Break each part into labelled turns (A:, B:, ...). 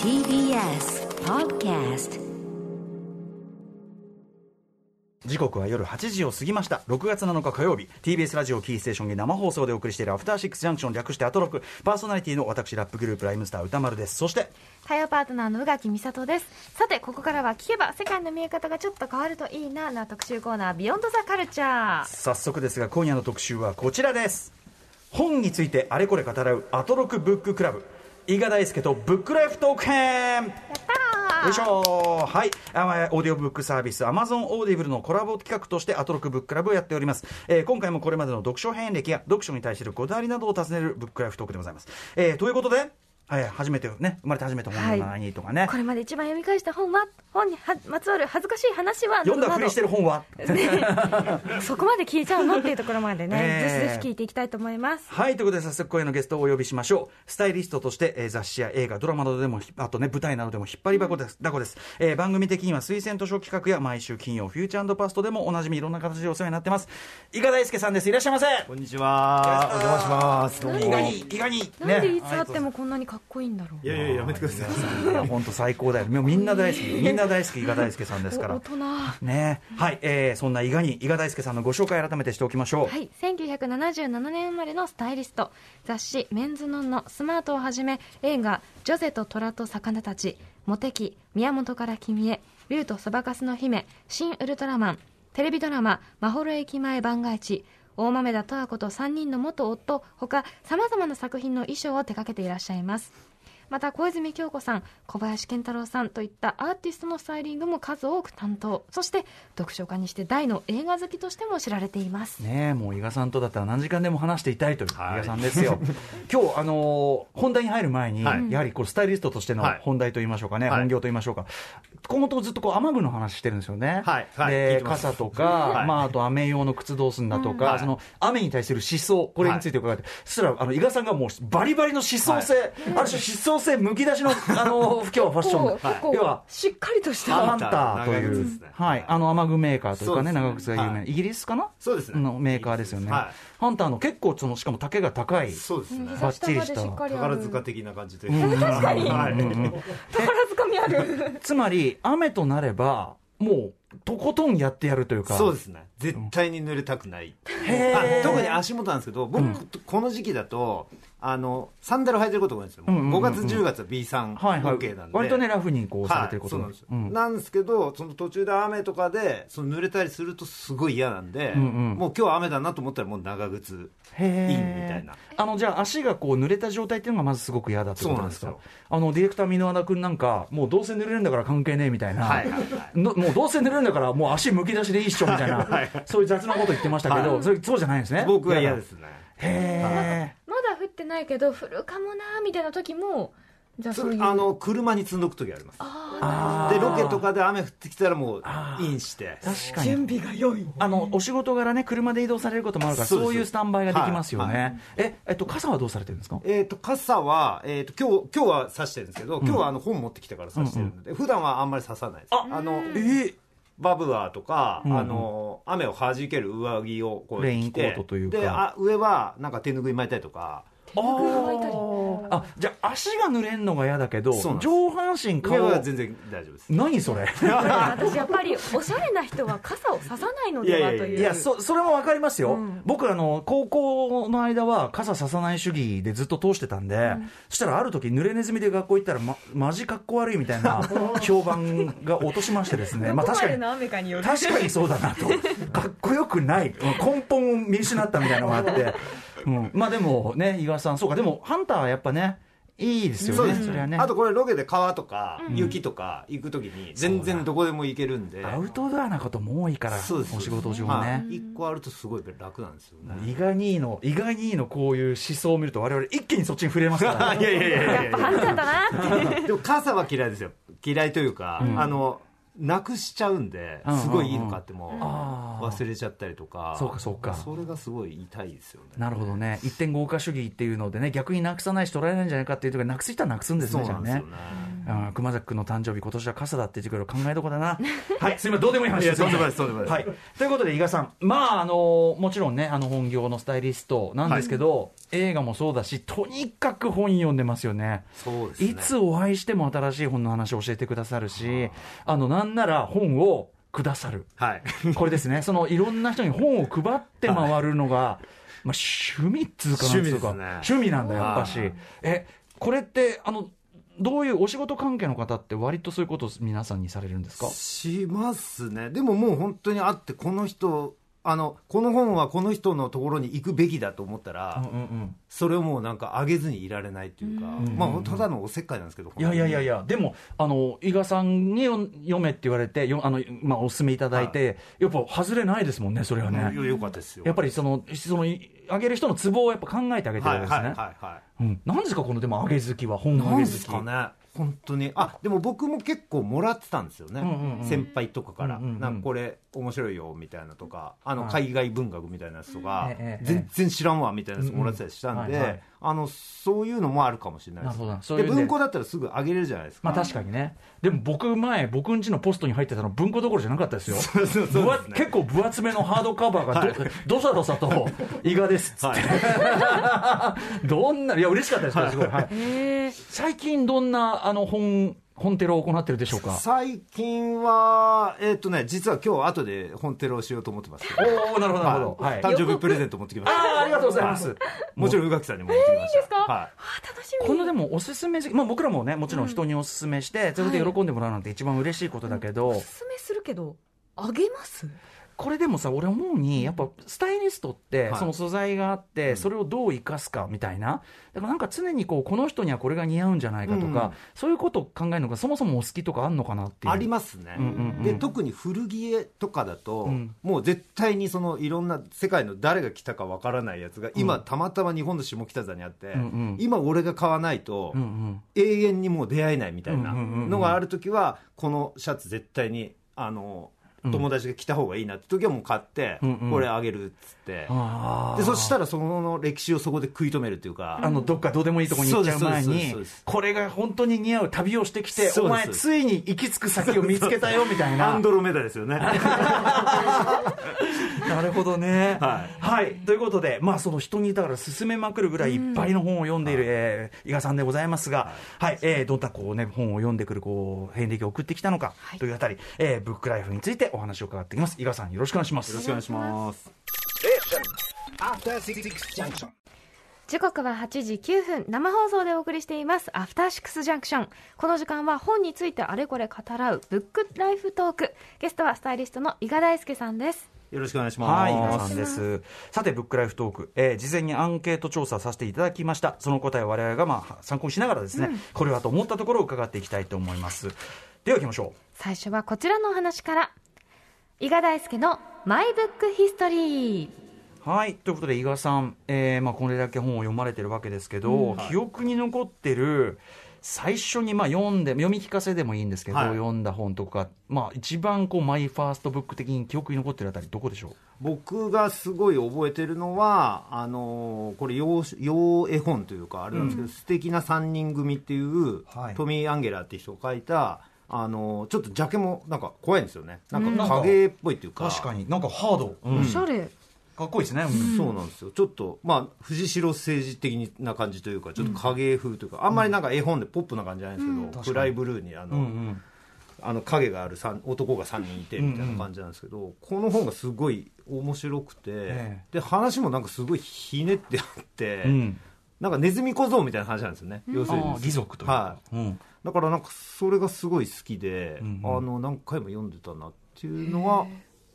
A: TBS Podcast
B: 時刻は夜8時を過ぎました6月7日火曜日 TBS ラジオキーステーションに生放送でお送りしているアフターシックスジャンクション略してアトロクパーソナリティの私ラップグループライムスター歌丸ですそして
C: 火曜パートナーの宇垣美里ですさてここからは聞けば世界の見え方がちょっと変わるといいなな特集コーナービヨンドザカルチャー
B: 早速ですが今夜の特集はこちらです本についてあれこれ語らうアトロクブッククラブ伊賀大輔とブックライフトーク編よいしょはいあまあオーディオブックサービスアマゾンオーディブルのコラボ企画としてアトロクブッククラブをやっております、えー今回もこれまでの読書遍歴や読書に対するこだわりなどを尋ねるブックライフトークでございます、えーということで、えー初めてね生まれて初めて本の何とかね、
C: これまで一番読み返した本は本にはまつわる恥ずかしい話は
B: 読んだふりして
C: る
B: る本は
C: そこまで聞いちゃうのっていうところ まで
B: え
C: ね
B: え
C: ぜひぜひ聞いていきたいと思います
B: はい、ということで早速今夜のゲストをお呼びしましょう。スタイリストとして、えー雑誌や映画、ドラマなどでも、ひあとね、舞台などでも引っ張り箱です、だこです。えー番組的には推薦図書企画や毎週金曜、フューチャーパストでもおなじみいろんな形でお世話になってます。伊賀大輔さんです。いらっしゃいませ。
D: こんにちは。お邪魔します。どうも。
B: 伊賀に、
D: い
B: 伊賀に。
C: なんでいつ会ってもこんなにかっこいいんだろう、
D: やいややめてください。
B: 本当最高だよ。もうみんな大好 き。みんな大好き、伊賀大輔さんですか
C: お大
B: ら。
C: 人
B: ねはい、えーそんな伊賀に、伊賀大輔さんのご紹介改めてしておきましょう。
C: はい、1977年生まれのスタイリスト雑誌「メンズノンのスマートをはじめ映画「ジョゼと虎と魚たち」「モテキ」「宮本から君へ」「竜とそばかすの姫」「新ウルトラマン」テレビドラマ「まほろ駅前番外地」大豆田十和子と3人の元夫ほかさまざまな作品の衣装を手掛けていらっしゃいますまた小泉京子さん小林健太郎さんといったアーティストのスタイリングも数多く担当そして読書家にして大の映画好きとしても知られています
B: ねえもう伊賀さんとだったら何時間でも話していたいという伊
D: はい
B: 賀さんです よ今日あのー本題に入る前に、
D: はい
B: やはりこうスタイリストとしての
D: はい
B: 本題といいましょうかね、
D: はい
B: 本業といいましょうか今後とずっとこう雨具の話してるんですよね、
D: はいはい聞い
B: で
D: てます
B: 傘とか、
D: はい
B: まあ、あと雨用の靴どうすんだとか、
D: はい
B: その雨に対する思想これについて伺って、そしたらあの伊賀さんがもうバリバリの思想性、ある種思想性むき出しのあの今日はファッションで、
C: 結構
B: 要は
C: しっかりとし
B: ハ
D: あ
C: た
B: ンターとい
D: 長
B: う
D: 靴ですね、
B: はい、あの雨具メーカーというかね、
D: そうですね
B: 長靴が有名、
D: はい
B: イギリスかな
D: そうですね
B: のメーカーですよね。
D: イギリスですは
B: ハンターの結構その、しかも丈が高い。
D: そうですね。
B: バッチリした
D: 宝塚的な感じというか。確
C: かに
D: はい。
C: 宝塚みあ る
B: つまり、雨となれば、もう、とことんやってやるというか。
D: そうですね。絶対に濡れたくない。
B: へー
D: あ特に足元なんですけど、僕この時期だとあのサンダル履いてることが多いんですよ。
B: んうんうん
D: 5月10月は B さん
B: はいはい
D: OK なんで。
B: 割とね、ラフにこうされてること
D: はい、そう
B: も
D: なん
B: うん
D: ですよ、なんですけどその途中で雨とかでその濡れたりするとすごい嫌なんで、
B: んうん
D: もう今日雨だなと思ったらもう長靴イン
B: へ
D: み
B: ー
D: たいな
B: あのじゃあ足がこう濡れた状態っていうのがまずすごく嫌だってことなんです
D: そう
B: か
D: なんです
B: あのディレクター箕輪田君なんかもうどうせ濡れるんだから関係ねえみたいな、
D: はいはいは
B: のもうどうせ濡れるんだからもう足むき出しでいいっしょみたいな、そういう雑なこと言ってましたけど、それそうじゃないんですね
D: 僕は嫌ですね
B: へ
C: まだ降ってないけど降るかもなみたいな時もじゃあ
D: つ
C: そういう
D: あの車に積んどく時あります
B: あ
D: でロケとかで雨降ってきたらもうインして
B: え確かに準備が良いあのお仕事柄ね車で移動されることもあるから
D: そうです
B: そういうスタンバイができますよね、
D: はいは
B: ええっと傘はどうされてるんですか
D: えー、と傘は、えー、と今日今日は差してるんですけど今日はあの本持ってきてから差してるので、普段はあんまり差さないですあの
B: え
D: バブアーとか、
B: んうん
D: あの雨を弾ける上着をこう着て
B: レインコートというか
D: であ上はなんか手拭い巻いたりとか
B: あ
C: いたり
B: ーあじゃあ足が濡れるのが嫌だけど
D: そうなんです
B: 上半身
D: 上
B: 顔
D: は全然大丈夫です
B: 何それ
C: 私やっぱりおしゃれな人は傘をささないのではという
B: いやそそれも分かりますよ、
C: うん
B: 僕あの高校の間は傘ささない主義でずっと通してたんで、そしたらある時濡れネズミで学校行ったら、ま、マジかっこ悪いみたいな評判が落としましてですね、まあ、確かに
C: 雨かによ
B: 確かにそうだなとかっこよくない根本を見失ったみたいなのがあって、うん、まあでもね伊賀さんそうかでもハンターはやっぱねいいですよ
D: そう
B: ね
D: です
B: それはね
D: あとこれロケで川とか雪とか行く時に全然どこでも行けるんで、
B: アウトドアなことも多いから
D: そうです
B: お仕事上ね、
D: はい、1個あるとすごい楽なんですよね、、
B: 伊賀兄の伊賀兄のこういう思想を見ると我々一気にそっちに触れますから、ね
D: いやいやいやいや
C: やっぱハンターだなって
D: でも傘は嫌いですよ嫌いというか、あのなくしちゃうんで
B: うんうん
D: すごいいいの買っても
B: あー
D: 忘れちゃったりとか
B: そうかそうか
D: それがすごい痛いですよね
B: なるほどね1.5化主義っていうのでね逆になくさないし取られないんじゃないかっていうところなくす人はなくすんです
D: そ
B: ね
D: う
B: じゃ
D: な
B: あ
D: んですよ
B: ね
D: ね
B: あー熊崎君の誕生日今年は傘だって言ってくる考えどこ だなはいすみませんどうでもいい話
D: いやとんでもないですとんでもないです
B: はい、ということで伊賀さんまああのもちろんねあの本業のスタイリストなんですけど、映画もそうだしとにかく本読んでますよね
D: そうですね
B: いつお会いしても新しい本の話を教えてくださるしあのなんなら本をくださる
D: はい。
B: これですね、そのいろんな人に本を配って回るのが、まあ、趣味っつうかなんつうか、
D: 趣味ですね
B: 趣味なんだよ、やっぱし
D: はい。
B: え、これって、あの、どういうお仕事関係の方って、割とそういうことを皆さんにされるんですか
D: しますね。でももう本当にあって、この人、あの、この本はこの人のところに行くべきだと思ったら、
B: うんうん
D: それをもうなんか上げずにいられないというか、まあただのおせっかいなんですけど、
B: いやいやいやいや、でも、あの、伊賀さんによ読めって言われて、よあの、まあ、お勧めいただいて、やっぱ、外れないですもんね、それは
D: 本当に
B: ね。
D: よよかったですよ。
B: やっぱり、その、その、いあげる人のツボをやっぱ考えてあげて
D: は
B: る
D: い
B: ん
D: は
B: です
D: い
B: ね。
D: はいはい。
B: うん。なんですか、この、でも、上げ好きは、本の
D: な
B: 上
D: ん
B: げ
D: で
B: 好
D: す
B: き。
D: かね本当にあでも僕も結構もらってたんですよね、
B: んうんうん
D: 先輩とかから、
B: うんうんうん
D: なんかこれ面白いよみたいなとかあの
B: はい
D: 海外文学みたいなやつとか、
B: ええええ
D: 全然知らんわみたいなやつもらってたりしたんで、
B: うんうんはいはい
D: あのそういうのもあるかもしれないで
B: な
D: す
B: るほどそういうね
D: で文庫だったらすぐ上げれるじゃないですか、
B: まあ確かにね、でも僕、前、僕んちのポストに入ってたの、文庫どころじゃなかった ですよ、
D: うそうそう
B: ぶわ結構分厚めのハードカバーがど、どさどさと、伊賀ですっつって、どんな、いや、嬉しかったですよ、すごい、はい最近、どんなあの本、本テロを行ってるでしょうか。
D: 最近はえっ、とね実は今日後で本テロをしようと思ってますけど
B: おおなるほど、なるほど、は
D: はい
B: い、
D: 誕生日プレゼント持ってきまし
B: あ
D: た
B: ーありがとうございます。
D: もちろん宇垣さんにも持ってきました、
C: いいんですか
D: はい
C: 楽しみ
B: このでもおすすめ好き、まあ、僕らもねもちろん人におすすめして、それで喜んでもらうなんて一番嬉しいことだけど、
E: おすすめするけどあげます
B: これでもさ俺思うにやっぱスタイリストって
D: はい
B: その素材があって、それをどう生かすかみたいなだからなんか常にこうこの人にはこれが似合うんじゃないかとか、
D: うん
B: そういうことを考えるのがそもそもお好きとかあんのかなっていう
D: ありますね、
B: うんうんうん
D: で特に古着絵とかだと、
B: うん
D: もう絶対にそのいろんな世界の誰が来たかわからないやつが今、たまたま日本の下北沢にあって、
B: うんうん
D: 今俺が買わないと、
B: うんうん
D: 永遠にもう出会えないみたいな
B: うんうんうんうん
D: のがある時はこのシャツ絶対にあの
B: うん
D: 友達が着た方がいいなって時はもう買って、
B: うんうん
D: これあげるっつって、
B: あー
D: でそしたらその歴史をそこで食い止めるというか、
B: あのどっかどうでもいいとこに行っちゃう前
D: そうです
B: に
D: そうですそうです
B: これが本当に似合う旅をしてきて
D: そうです
B: お前ついに行き着く先を見つけたよみたい
D: ア
B: な
D: ンドロメダですよね
B: なるほどね。は、
D: はい
B: ということで、まあ、その人にだから勧めまくるぐらいいっぱいの本を読んでいる、えー伊賀さんでございますが、はいえーどんなこう、ね、本を読んでくるこう遍歴を送ってきたのかというあたり、えーブックライフについてお話を伺っていきます。伊賀さんよろしくお願いします。
D: よろしくお願いします
C: 時刻は8時9分生放送でお送りしていますアフターシックスジャンクションこの時間は本についてあれこれ語らうブックライフトークゲストはスタイリストの伊賀大輔さんです
D: よろしくお願いします、
B: はい、皆さんです。さて、ブックライフトーク、えー事前にアンケート調査させていただきました。その答えを我々が、まあ、参考にしながらですね、これはと思ったところを伺っていきたいと思います。では行きましょう。
C: 最初はこちらのお話から伊賀大輔のマイブックヒストリー
B: はいということで伊賀さん、えーまあ、これだけ本を読まれてるわけですけど、記憶に残ってる最初にまあ読んで読み聞かせでもいいんですけど、
D: はい
B: 読んだ本とか、まあ、一番こうマイファーストブック的に記憶に残ってるあたりどこでしょう
D: 僕がすごい覚えてるのはあのーこれ洋洋絵本というかあれなんですけど「素敵な三人組」っていう、
B: はい
D: トミー・アンゲラーって人が書いたあのーちょっとジャケもなんか怖いんですよねなん
B: うん
D: か影っぽいっていうか、
B: になんかハード、
C: おしゃれ
B: かっこいいですね、
D: そうなんですよちょっとまあ藤代政治的な感じというかちょっと影風というか、あんまりなんか絵本でポップな感じじゃないんですけど、
B: 確かに
D: 暗いブルーにあの、あの影がある三男が3人いてみたいな感じなんですけど、この本がすごい面白くて、
B: え
D: で話もなんかすごいひねってあって、
B: うん
D: なんかネズミ小僧みたいな話なんですよね、要する
B: あ
D: に
B: ー義足というか
D: はい
B: うん
D: だからなんかそれがすごい好きで、
B: うんうん
D: あの何回も読んでたなっていうのは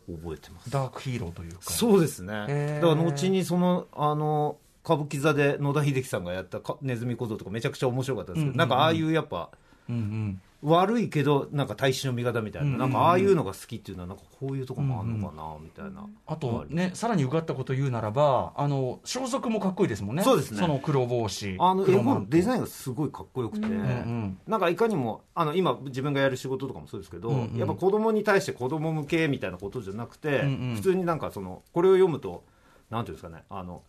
D: 覚えてます
B: ダークヒーローというか
D: そうですね、
B: へー
D: だから後にそのあの歌舞伎座で野田秀樹さんがやったかネズミ小僧とかめちゃくちゃ面白かったんですけ
B: うんうんう
D: ど、
B: ん
D: なんかああいうやっぱ
B: うんうん
D: 悪いけどなんか大衆の味方みたいな、
B: うんうんうん
D: なんかああいうのが好きっていうのはなんかこういうとこもあるのかなみたいな、
B: あとね、さらにうがったこと言うならば、あの装束もかっこいいですもんね、
D: そうですね
B: の黒帽子、
D: あの絵
B: 黒マン
D: 本
B: ト
D: デザインがすごいかっこよくて、
B: ん
D: なんかいかにもあの今自分がやる仕事とかもそうですけど、
B: うんうん
D: やっぱ子供に対して子供向けみたいなことじゃなくて、
B: うんうん
D: 普通になんかそのこれを読むとなんていうんですかねあの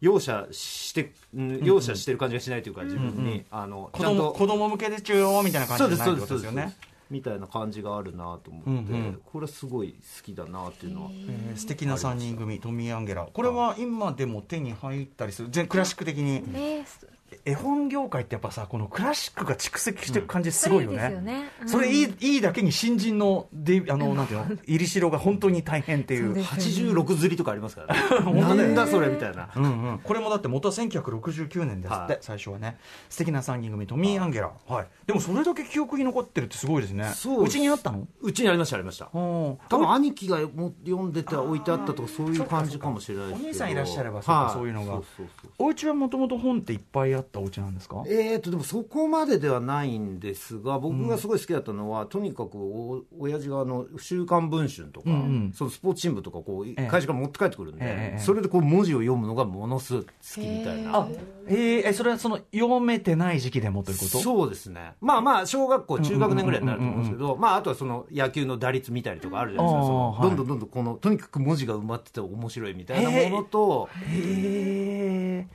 D: 容赦して、うん容赦してる感じがしないというか、自分に、あの、
B: 子
D: ちゃん
B: 供
D: と
B: 子供向けで中央みたいな感じじゃないってことですよね。
D: みたいな感じがあるなと思って、
B: うんうん
D: これはすごい好きだなっていうのは。
B: えー素敵な3人組トミー・アンゲラこれは今でも手に入ったりする全クラシック的に
C: えーす
B: 絵本業界ってやっぱさこのクラシックが蓄積していく感じすごいよね,、
C: それいいですよねうん
B: それいいいいだけに新人のデビあのなんていうの入りしろが本当に大変っていう
E: そうです
D: 86釣りとかありま すからねなんだそれみたいな
B: うんうん、これもだって元は1969年ですって、
D: はい
B: 最初はね素敵な3人組トミー・アンゲラ、はい、でもそれだけ記憶に残ってるってすごいですね
D: そう
B: うちにあったの
D: うちにありましたありました
B: 多
D: 多分兄貴がも読んでた置いてあったとかそういう感じかもしれないですけど
B: お兄さんいらっしゃればそうか
D: は
B: そういうのが
D: そうそうそう
B: お家はもともと本っていっぱいあったお家なんですか
D: えー、とでもそこまでではないんですが僕がすごい好きだったのは、とにかくお親父があの「週刊文春」とか、
B: うんうん
D: そのスポーツ新聞とかこう、
B: え
D: 会社から持って帰ってくるんで、
B: ええ
D: それでこう文字を読むのがものすごい好きみたいな。
B: あえーえそれはその読めてない時期でもということ
D: そうですね、まあまあ、小学校、中学年ぐらいになると思うんですけど、まあ、あとはその野球の打率見たりとかあるじゃないですか、その
B: あーはい
D: どんどんどんどんこの、とにかく文字が埋まってて面白いみたいなものと、
B: へえ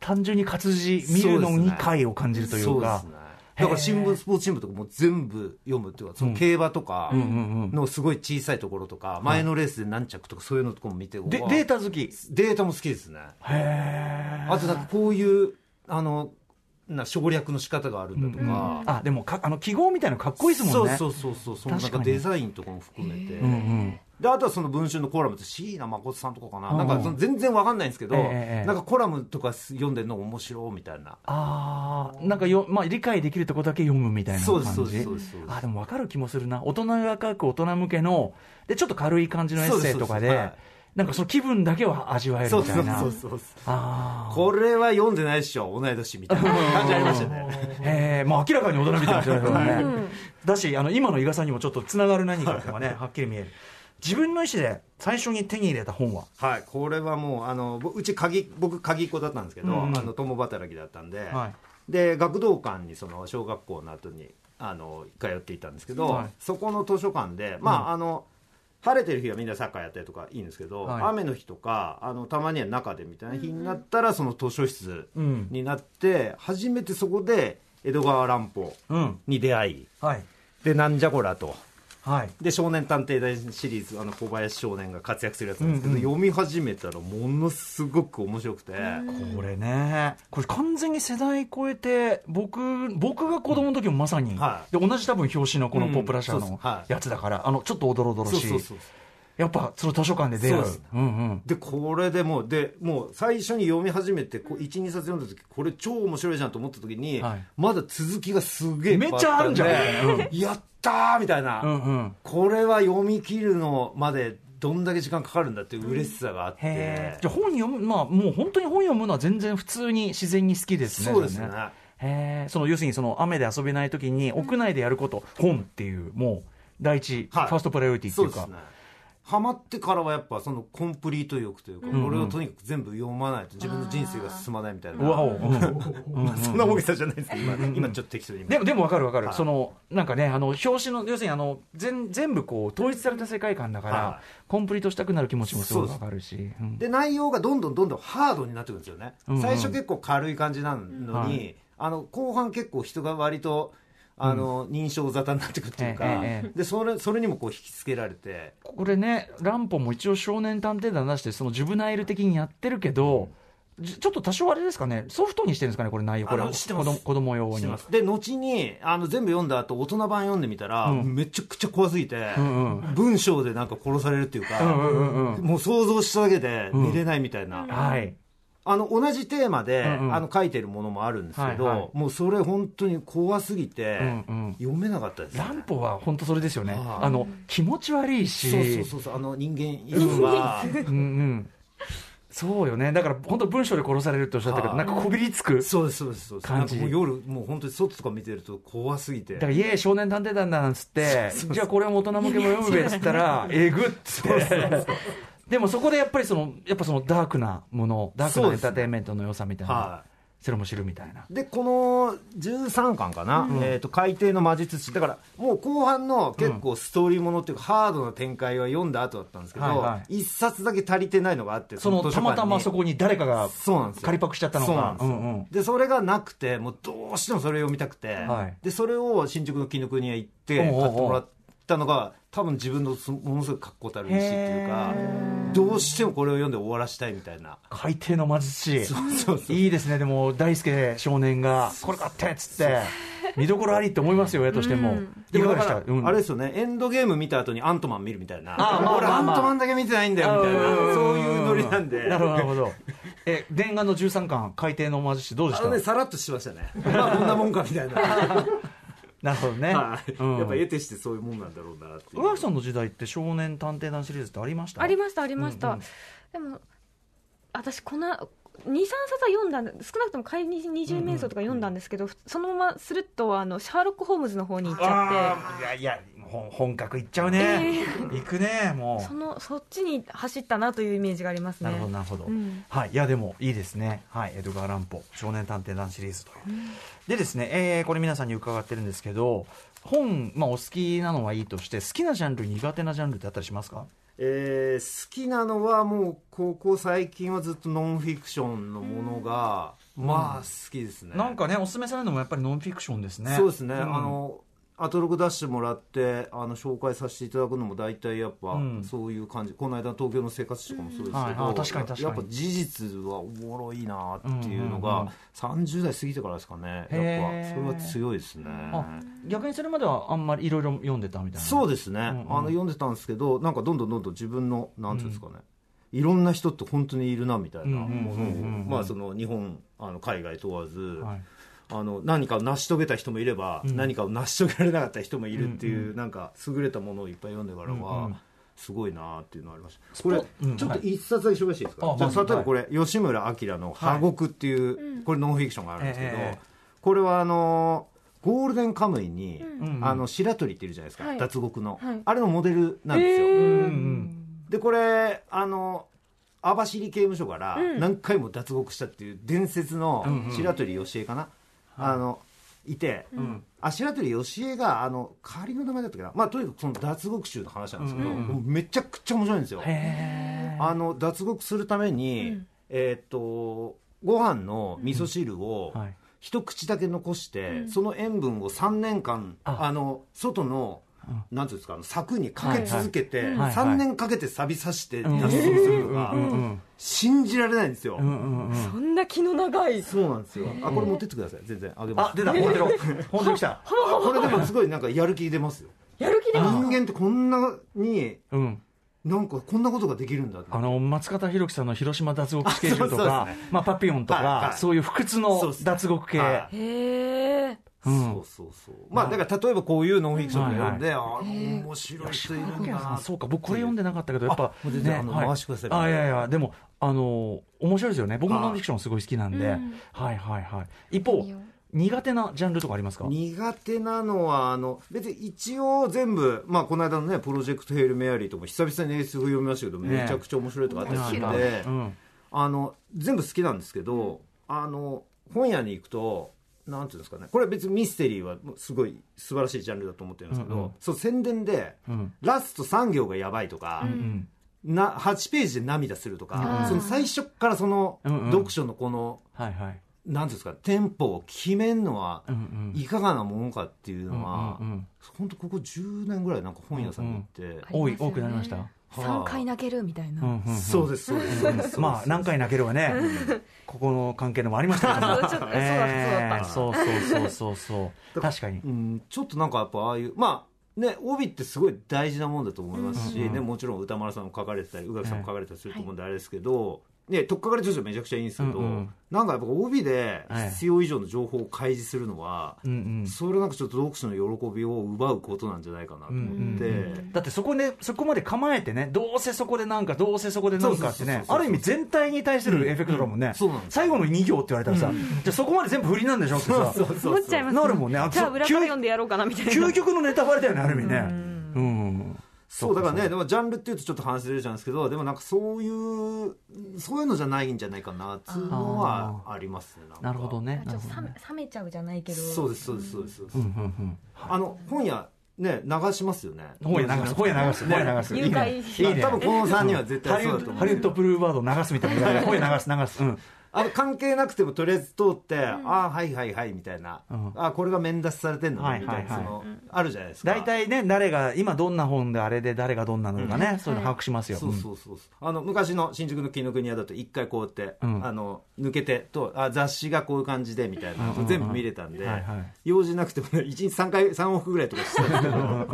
B: 単純に活字見るのに快を感じるというか
D: そうですねだから新聞、スポーツ新聞とかも全部読むっていうか、その競馬とかのすごい小さいところとか、前のレースで何着とか、そういうのとかも見て、
B: で
D: うわ
B: データ好きへ
D: データも好きですね。
B: え
D: あと、なんかこういう、あの、な省略の仕方があるんだとか、
B: あでもかあの記号みたいなのかっこいいですもんね
D: そうそうそうそう、そのなん
B: 確か
D: か
B: に
D: デザインとかも含めて。
B: うんうん
D: であとはその文春のコラムって椎名誠さんとかかな、
B: うん
D: なんかその全然わかんないんですけど、
B: ええええ
D: なんかコラムとか読んでるの面白いみたいな、
B: ああなんかよ、まあ、理解できるとこだけ読むみたいな
D: そうです
B: 感
D: そうで
B: じ
D: すそうですそうです
B: あでも分かる気もするな大人が書く大人向けのでちょっと軽い感じのエッセイとかで
D: そうですそうですはい
B: なんかその気分だけは味わえるみ
D: そう
B: た
D: そう
B: いな
D: そうそう
B: ああ
D: これは読んでないっしょ同い年みたいな感じありましたね
B: えー、まあ明らかに大人びてましたねそれはね、だしあの今の伊賀さんにもちょっとつながる何かっていうのがねはっきり見える自分の意思で最初に手に入れた本は
D: はいこれはもうあのぼうち鍵僕鍵っ子だったんですけど、
B: うん
D: あの共働きだったんで、
B: は
D: で学童館にその小学校の後にあの通っていたんですけど、
B: はい
D: そこの図書館でまあ、あの晴れてる日はみんなサッカーやったりとかいいんですけど、
B: はい
D: 雨の日とかあのたまには中でみたいな日になったら、その図書室
B: うん
D: になって初めてそこで江戸川乱歩
B: うん
D: に出会い
B: はい
D: でなんじゃこらと
B: はい
D: で少年探偵団シリーズあの小林少年が活躍するやつなんですけど、
B: うんうん
D: 読み始めたらものすごく面白くて、
B: これねこれ完全に世代超えて僕僕が子供の時もまさに、
D: は
B: で同じ多分表紙のこの
D: うん
B: ポップラ社
D: そう
B: の
D: ですはい
B: やつだから、あのちょっとおどろおどろ
D: そう
B: しい
D: そうそう
B: やっぱその図書館で出会う
D: そうですね
B: うんうん
D: でこれでもうでもう最初に読み始めて12冊読んだ時これ超面白いじゃんと思った時に、
B: はい
D: まだ続きがすげえいっぱい
B: めっちゃあるんじゃん
D: ったでやったーみたいな、
B: うんうん
D: これは読み切るのまでどんだけ時間かかるんだっていう嬉しさがあって、
B: へえじゃあ本読むまあもう本当に本読むのは全然普通に自然に好きですね
D: そうですね
B: じゃあへえその要するにその雨で遊べない時に屋内でやること、本っていうもう第一、
D: はい
B: ファーストプライオリティって
D: そ
B: いうう
D: で
B: か
D: すねハマってからはやっぱそのコンプリート欲というか、
B: んうん
D: これをとにかく全部読まないと自分の人生が進まないみたいな、
B: わお、うん
D: ま あそんな大げさじゃないですけど、今今ちょっと適当に
B: でもでも分かる分かる、
D: はい
B: そのなんかねあの表紙の要するにあの全全部こう統一された世界観だから、
D: はい
B: コンプリートしたくなる気持ちもすごい
D: そうで
B: 分
D: す
B: かるし、うん
D: で内容がどんどんどんどんハードになってくるんですよね、
B: うんうん
D: 最初結構軽い感じなのに、
B: はい
D: あの後半結構人が割とあの、認証沙汰になってくるっていうか、
B: えええ
D: でそれそれにもこう引きつけられて
B: これねランポも一応少年探偵団出してそのジュブナイル的にやってるけど、じちょっと多少あれですかねソフトにしてるんですかねこれ内容これ
D: あの知ってます
B: 子供子供用
D: し
B: に
D: てますで後にあの全部読んだ後大人版読んでみたら、
B: うん
D: めちゃくちゃ怖すぎて、
B: んう
D: 文章でなんか殺されるっていうか、
B: うんうんうんうん
D: もう想像しただけで
B: うん
D: 見れないみたいな、
B: はい
D: あの同じテーマで、
B: うんうん
D: あの書いてるものもあるんですけど、
B: はいはい
D: もうそれ本当に怖すぎて、
B: うんうん
D: 読めなかったです、ね、
B: ランポは本当それですよね、
D: はい
B: あの気持ち悪いし、
D: そうそうそうそうあの人間いるは
B: うんうんそうよね、だから本当、文章で殺されるっておっしゃったけど、
D: はい
B: なんかこびりつく、
D: そうですそうですそうです
B: 感じ
D: なんかもう夜もう本当に外とか見てると怖すぎて
B: だから、イエーイ少年探偵団だなんつって、じゃあこれも大人向けも読むべっつったら、えぐっつって。でもそこでやっぱりその、やっぱそのダークなもの、ダーク
D: そ
B: な
D: う
B: エ
D: で
B: ン
D: す
B: タ
D: ね
B: ーテインメントの良さみたいな。
D: はい
B: それも知るみたいな。
D: で、この13巻かな、えっ、と、海底の魔術師、だから、もう後半の結構ストーリーものっていうか、ハードな展開は読んだ後だったんですけど、
B: は
D: 一、
B: いはい
D: 冊だけ足りてないのがあって、
B: そのたまたまそ
D: こ
B: こに誰かが
D: そうなんですよ
B: 仮パクしちゃったのが
D: そうなんですよ、
B: うんうん
D: でそれがなくてもうどうしてもそれを読みたくて、
B: はい
D: でそれを新宿の紀伊国屋行って
B: おう
D: 買っ
B: おうおう
D: てもらったのが多分自分のすものすごい確固たる意志っていうかどうしてもこれを読んで終わらしたいみたいな
B: 海底の魔術師。
D: そうそうそう
B: いいですね、でも大輔少年が、これ買ってっつって、見どころありって思いますよ、親としても。い
D: で
B: か
D: も
B: が
D: だ
B: で
D: か
B: した
D: ら、あれですよね、エンドゲーム見た後にアントマン見るみたいな、
B: あまあ
D: 俺、
B: まあ
D: ア
B: まあ
D: ントマンだけ見てないんだよみたいな、そういうノリなんで、
B: なるほど、なるほど。 え、伝願の13巻、海底の魔術師、どうで
D: あ
B: し
D: のね、
B: た
D: さらっとしてましたね、まあこんなもんかみた いな、
B: なるほどね。
D: はい
B: うん
D: やっぱ得てしてそういうもんなんだろうなっていう。
B: 浦木さんの時代って少年探偵団シリーズってありました
C: ありましたありました、でも私この23冊は読んだんで少なくとも怪人二重面相とか読んだんですけど、そのままするっとあのシャーロック・ホームズの方に行っちゃっ
B: あーいやいや本本格いっちゃうね、いくねも
C: て
B: う
C: そのそっちに走ったなというイメージがありますね
B: なるほどなるほど、
C: うん
B: はいいやでもいいですねはいエドガー・ランポ少年探偵団シリーズという、でですね、えーこれ皆さんに伺ってるんですけど本、まあ、お好きなのはいいとして好きなジャンル苦手なジャンルってあったりしますか
D: えー好きなのはもうここ最近はずっとノンフィクションのものが、まあ好きですね
B: なんかねおすすめされるのもやっぱりノンフィクションですね
D: そうですね、
B: ん
D: あのアトロク出してもらってあの紹介させていただくのも大体やっぱ、
B: うん
D: そういう感じこの間の東京の生活史とかもそうですけど、
B: はいあ確かに確かに
D: やっぱ事実はおもろいなっていうの
B: うんうん
D: が、30代過ぎてからですかねや
B: へー
D: っぱそれは強いですね
B: あ逆にそれまではあんまりいろいろ読んでたみたいな
D: そうです
B: ん
D: ね、
B: うん
D: あの読んでたんですけどなんかどんどんどんどん自分のなんていうんですかね、いろんな人って本当にいるなみたいな
B: うんうんうんうんうん
D: まあその日本あの海外問わず、
B: はい
D: あの何かを成し遂げた人もいれば、何かを成し遂げられなかった人もいるっていう、なんか優れたものをいっぱい読んでからは、
B: うんうん
D: すごいなっていうのはありました
B: ポ
D: これ、
B: うん
D: ちょっと一冊だけ紹介していいですか、
B: はい
D: じゃあ
B: あまず
D: 例えばこれ、吉村明の「破獄」っていう、これノンフィクションがあるんですけど、
B: ええ
D: これはあのゴールデンカムイに、
B: ん
D: あの白鳥っているじゃないですか、
C: はい
D: 脱獄の、
C: はい
D: あれのモデルなんですよ、
B: うんうん
D: でこれあの網走刑務所から何回も脱獄したっていう伝説の白鳥義恵かな、あのいて、あ白鳥義恵があの仮の名前だったかな、まあ、とにかくその脱獄集の話なんですけど、もうめちゃくちゃ面白いんですよ。
B: へ
D: あの脱獄するために、えーっとご飯の味噌汁を
B: うんはい
D: 一口だけ残して、その塩分を3年間
B: あ
D: あの外の、なんていうんですかあの柵にかけ続けて、
B: はいはい
D: 3年かけて錆びさして脱
B: ん
D: 獄するのが、
B: うんうん
D: 信じられないんですよ、
B: うんうんうん
E: そんな気の長い
D: そうなんですよあこれ持ってってください全然あげま
B: あ
D: す
B: 出た本当に 本当に来た
D: これでもすごいなんかやる気出ますよ
E: やる気で
D: 人間ってこんなに
B: うん
D: なんかこんなことができるんだって
B: あの松方弘樹さんの広島脱獄スケジュールと
D: あそ
B: か
D: うそうそう
B: まあパピオンと
D: はい
B: か
D: はい
B: そういう不屈の脱獄系
D: はい
E: へえ
B: うん
D: そうそうそうまあだから例えばこういうノンフィクションで読んで、ああ面白い人いるんだ
B: あ
D: な
B: ーそうか僕これ読んでなかったけどやっぱ
D: あもう全然あの
B: はい
D: 回してください
B: あいやいやでもあの面白いですよね僕もノンフィクションすごい好きなんではいはいはい一方
C: いいよ
B: 苦手なジャンルとかありますか
D: 苦手なのはあの別に一応全部、まあ、この間のね「プロジェクト・ヘイル・メアリー」とも久々に SF 読みましたけど、
B: ね
D: めちゃくちゃ面白いとかあったりするん
B: はいはい
D: で、
B: うん
D: あの全部好きなんですけどあの本屋に行くとなんていうんですかねこれは別にミステリーはすごい素晴らしいジャンルだと思ってるんですけど、
B: うんうん
D: そう宣伝で、
B: うん
D: ラスト3行がやばいとか。
B: うん
D: な8ページで涙するとか、
C: うん
D: その最初からその
B: うんうん
D: 読書のこの、
B: はいはい
D: なんていうんですかテンポを決めるのは
B: うんうん
D: いかがなものかっていうのは
B: うんうんうん
D: 本当ここ10年ぐらいなんか本屋さんに行って、
B: 多い多くなりました
D: は
E: 3
D: あ
E: 回泣けるみたいな、
B: うんうんうん
D: そうですそうですそうです
B: まあ何回泣けるはね、ここの関係でもありましたけども
E: そうちょっとそうだった
B: そうそうそうそうそう確かに
D: うんちょっとなんかやっぱああいうまあね帯ってすごい大事なもんだと思いますし、ね、もちろん歌丸さんも書かれてたり宇垣さんも書かれたりすると思うんであれですけど、ね、とっかかり女子はめちゃくちゃいいんですけど、
B: うんうん
D: なんかやっぱ帯で
B: はい
D: 必要以上の情報を開示するのは、
B: うんうん
D: それなんかちょっと読書の喜びを奪うことなんじゃないかなと思って、
B: うんうだってそこね、そこまで構えてね、どうせそこでなんか、どうせそこでなんかって
D: そうそうそう
B: ね、
D: そう
B: ある意味全体に対するエフェクトだもんね、
D: そうなんです
B: 最後の2行って言われたらさ、じゃあそこまで全部振りなんでしょってさ、
C: 思っちゃいます
B: なるもんね、あ
C: じゃあ裏から
B: 究
C: 読んでやろうかなみたいな
B: 究極のネタバレだよね、ある意味ね。うん
D: そうだからね
B: そう
D: でもジャンルっていうとちょっと話ずれるじゃないですけどでもなんかそういうそういうのじゃないんじゃないかなっていうのはありますねんか
B: なるほどね
E: ち
B: な
E: ょ
B: る
E: っと
B: ほ
E: 冷
B: ど
E: め
B: ね
E: 冷めちゃうじゃないけど
D: そうですそうですそうです、
B: うんうんうん
D: あの本屋ね流しますよね
B: 本屋流す本屋流す本屋流す
E: 誘拐
B: いいねいいね
D: 多分この3人は絶
B: ハ
D: 対
B: リ
D: そう
B: ウッド
D: だと思
B: ハ
D: う
B: リウッドブルーバード流すみたいな声流す流すうん
D: あの関係なくてもとりあえず通って、ああはいはいはいみたいな、
B: うん
D: ああこれが面出しされてんの
B: はい
D: ねみ
B: はいは
D: た
B: い
D: いな、そのあるじゃないですか
B: 大体ね誰が今どんな本であれで誰がどんなのかねそういうの把握しますよ
D: そう
B: うん
D: そうそうそうあの昔の新宿の紀伊国屋だと一回こうやって、
B: うん
D: あの抜けてとあ雑誌がこういう感じでみたいな、
B: うんうん
D: 全部見れたんで、
B: はいはい
D: 用事なくてもね1日3回3往復ぐらいとか してたんですけど
B: うんうん
D: なん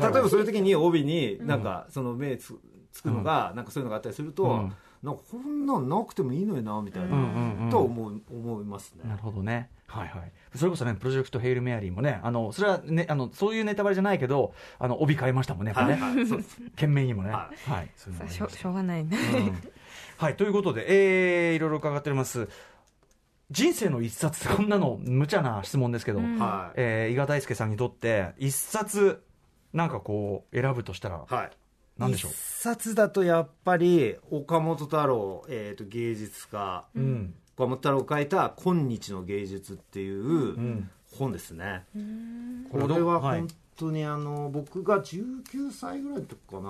D: か例えばそういう時に帯になんかその目つつくのがなんかそういうのがあったりすると、
B: うん
D: なんかこんなんなくてもいいのよなみたいな、
B: うんうんうん
D: と思う思いますね
B: なるほどね。はいはい。それこそね、プロジェクトヘイルメアリーもね、あの、それはね、あの、そういうネタバレじゃないけど、あの、帯変えましたもんね、やっぱ
D: は
B: ね
D: い。はい そうです
B: 懸命にもね。は。
D: はい
B: そういうのがあり
E: し
B: ま
E: ょ
B: し
E: しょうがないね
B: たうんはい、ということで、えー、いろいろ伺っております。人生の一冊、こんなの無茶な質問ですけど、
C: ん
D: はい、
B: えー、伊賀大輔さんにとって、一冊、なんかこう、選ぶとしたら、
D: はい
B: なんでしょう
D: 一。冊だとやっぱり岡本太郎、えー、と芸術家、
B: うん。
D: 岡本太郎が書いた「今日の芸術」っていう、
B: ん
D: 本ですね、
B: こ
D: こ
B: れは
D: れは
B: はい
D: 本当にあの、僕が19歳ぐらいの時かな、あ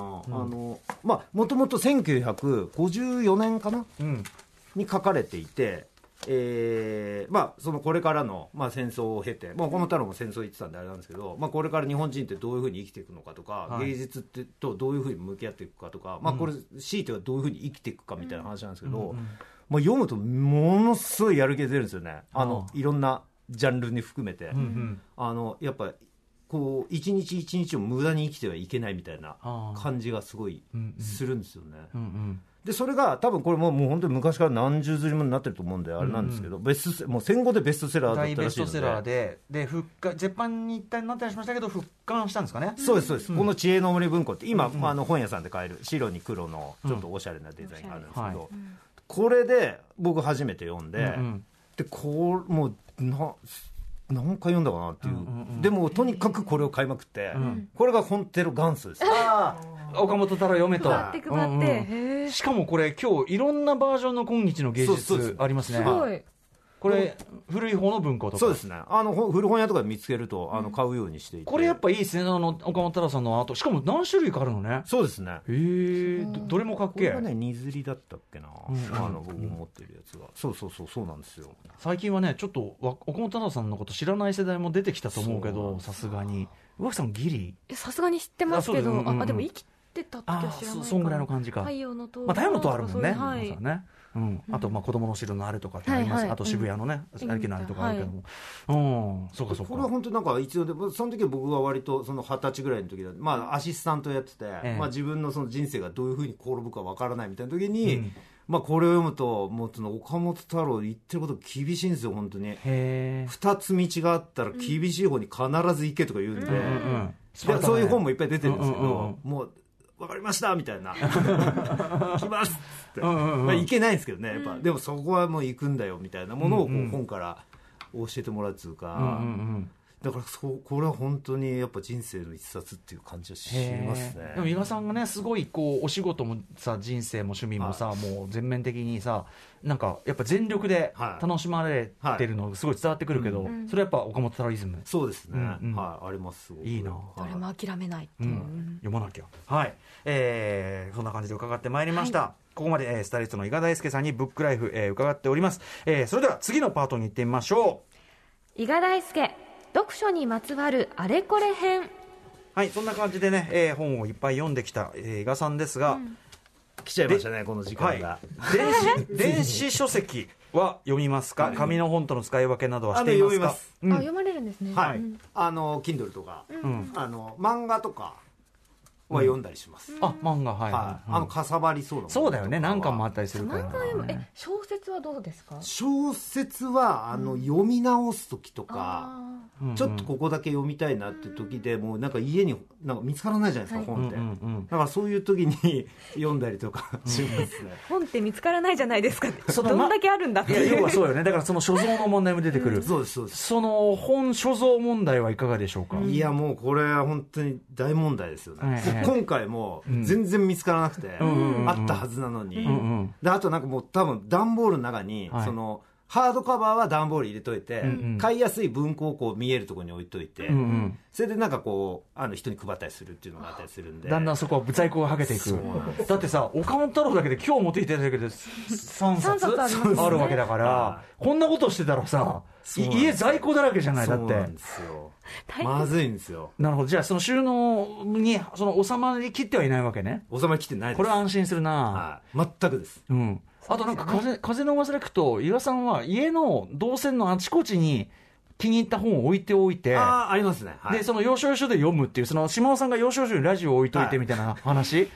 D: のまあもともと1954年かな
B: うん。
D: に書かれていて、えーまあ、そのこれからの、まあ、戦争を経て、まあ、岡本太郎も戦争行ってたんであれなんですけど、まあ、これから日本人ってどういうふうに生きていくのかとか、
B: はい
D: 芸術ってとどういうふうに向き合っていくかとか、まあ、これ強いてはどういうふうに生きていくかみたいな話なんですけど、まあ、読むとものすごいやる気が出るんですよねあの
B: あ
D: いろんなジャンルに含めて、
B: うん
D: あのやっぱこう一日一日を無駄に生きてはいけないみたいな
B: あー
D: 感じがすごい
B: うんうん
D: するんですよね。
B: うんうん。
D: でそれが多分これもうもう本当に昔から何十釣りもになってると思うんであれなんですけど、ベストセもう戦後でベストセラーだっ
B: 大
D: たら
B: ベ
D: し
B: ス
D: いの
B: ト
D: で
B: セラーで、で、復活、絶版に一体になったりしましたけど、復刊したんですかね。
D: そうですそうです、この知恵の森文庫って今、あの本屋さんで買える白に黒のちょっとおしゃれなデザインがあるんですけど、
B: はい
D: これで僕初めて読んで、
B: うんうん
D: でこうもうな何回読んだかなっていう,、
B: んうんうん
D: でもとにかくこれを買いまくって、
B: ん
D: これが本テロ元祖です
B: ああ岡本太郎読めと
E: 配って配って、
B: うん
E: へ
B: う
E: え
B: んしかもこれ今日いろんなバージョンの今日の芸
D: そうそう
B: 術
D: そう
B: あります
E: す
B: ね
E: ごい
B: これ古い方の文庫とか
D: そうですねあのほ古本屋とかで見つけるとあの買うようにしていて
B: これやっぱいいですねあの岡本太郎さんのアートしかも何種類かあるのね
D: そうですね
B: へえどどれもかっ
D: こ
B: け
D: れが
B: え
D: ね荷刷りだったっけな、
B: ん
D: あの僕持ってるやつが、そうそうそうそうなんですよ
B: 最近はねちょっとわ岡本太郎さんのこと知らない世代も出てきたと思うけ
D: そうなん
B: どさすがに上木さんギリ
E: えさすがに知ってますけど
B: あそうですうんうんうん
E: ああでも生きてた時は知らない
B: あ
E: か
B: あ
E: な
B: そそんぐらいの感じか
E: 太陽の塔
B: まあ、太陽の塔あるもんね、
E: とかそういう
B: 皆
E: は
B: さ
E: い
B: んねうん、あとまあ子供の城のあれとかってありま
E: は
B: す、
E: いはい
B: あと渋谷のね、
E: うん
B: 歩きのあれとかあるけども、うん、そうかそうか
D: これは本当なんか一応でその時僕は割とその二十歳ぐらいの時だまあアシスタントやってて、
B: え
D: まあ、自分のその人生がどういうふうに転ぶかわからないみたいな時に、
B: うん
D: まあ、これを読むともうその岡本太郎言ってること厳しいんですよ本当に
B: へえ
D: 二つ道があったら厳しい方に必ず行けとか言うんで、
B: うんうん
D: でそういう本もいっぱい出てるんですけど、
B: うんうんうん
D: もう分かりましたみた いな来ますっつって、
B: うんうんうん
D: まあ、いけないんですけどねやっぱ、でもそこはもう行くんだよみたいなものをこ
B: うんうん
D: う本から教えてもらうっていうか、
B: うんうんうん
D: だからそうこれは本当にやっぱ人生の一冊っていう感じはし
B: へー
D: ますね
B: でも伊賀さんがねすごいこうお仕事もさ人生も趣味もさ、もう全面的にさなんかやっぱ全力で
D: はい
B: 楽しまれてるのがすごい伝わってくるけど、
E: ん
B: それやっぱ岡本太郎イズム、
D: そうですね、
B: うんうん
D: はいありますすごく
B: いいな
D: は
E: 誰も諦めないって
B: う、
E: いうん
B: 読まなきゃはい、えー、そんな感じで伺ってまいりました、ここまで、えー、スタイリストの伊賀大輔さんにブックライフ、えー、伺っております、えー、それでは次のパートに行ってみましょう
C: 伊賀大輔読書にまつわるあれこれ編
B: はいそんな感じでね、えー、本をいっぱい読んできた、えー、伊賀さんですが、
D: 来ちゃいましたねこの時
B: は
D: 間
B: い
D: が、、
B: 電子電子書籍は読みますか紙の本との使い分けなどはして
D: あ
B: い
D: の
B: ま
D: 読
B: す
D: みま
B: か
D: す
B: うん
C: あ読まれるんですね
D: はい、
C: うん
D: あの Kindle とか、
B: ん
D: あの漫画とかは読んだりします、
B: あ漫画はい、
D: はい、
B: うん
D: あのかさばりそうなもの
B: そうだよね
D: とかは
B: 何巻もあったりするから
E: 漫画読むえ小説はどうですか
D: 小説はあの読み直す時とか、
E: あ
B: うんうん
D: ちょっとここだけ読みたいなって時でもうなんか家になんか見つからないじゃないですか、
B: うん
D: 本
B: う
D: って、
B: んうん
D: だからそういう時に読んだりとか しますね
E: ー本って見つからないじゃないですかって
B: その
E: どんだけあるんだって
B: いや
E: いう
B: 要はそうよねだからその所蔵の問題も出てくる、
D: そうですそうです
B: その本所蔵問題はいかがでしょうか、
D: いやもうこれは本当に大問題ですよね、
B: ええね
D: 今回も
B: ん
D: 全然見つからなくて、
B: んうんうんうん
D: あったはずなのに、
B: うんうん
D: であとなんかもう多分段ボールの中に、
B: はい
D: そのハードカバーは段ボール入れといて、
B: んうん
D: 買いやすい文庫をこう見えるところに置いといて、
B: うんうん
D: それでなんかこうあの人に配ったりするっていうのがあったりするんで
B: だんだんそこは在庫がはげていく
D: そうなん
B: だってさ岡本太郎だけで今日持ってきてただけで3
E: 三冊ありますね
B: 冊あるわけだからこんなことしてたらさい
D: そうなんですよ
B: 家在庫だらけじゃないだ
D: そ
B: っ
D: う
B: て
D: なんですよまずいんですよ
B: なるほどじゃあその収納にその収まりきってはいないわけね
D: 収まりきってないです
B: これは安心するな
D: はい全くです
B: うんあとなんか風風の噂で聞くと岩さんは家の動線のあちこちに気に入った本を置いておいて
D: ああありますね、はい
B: でその要所要所で読むっていうその島尾さんが要所要所にラジオを置いといてみたいな話、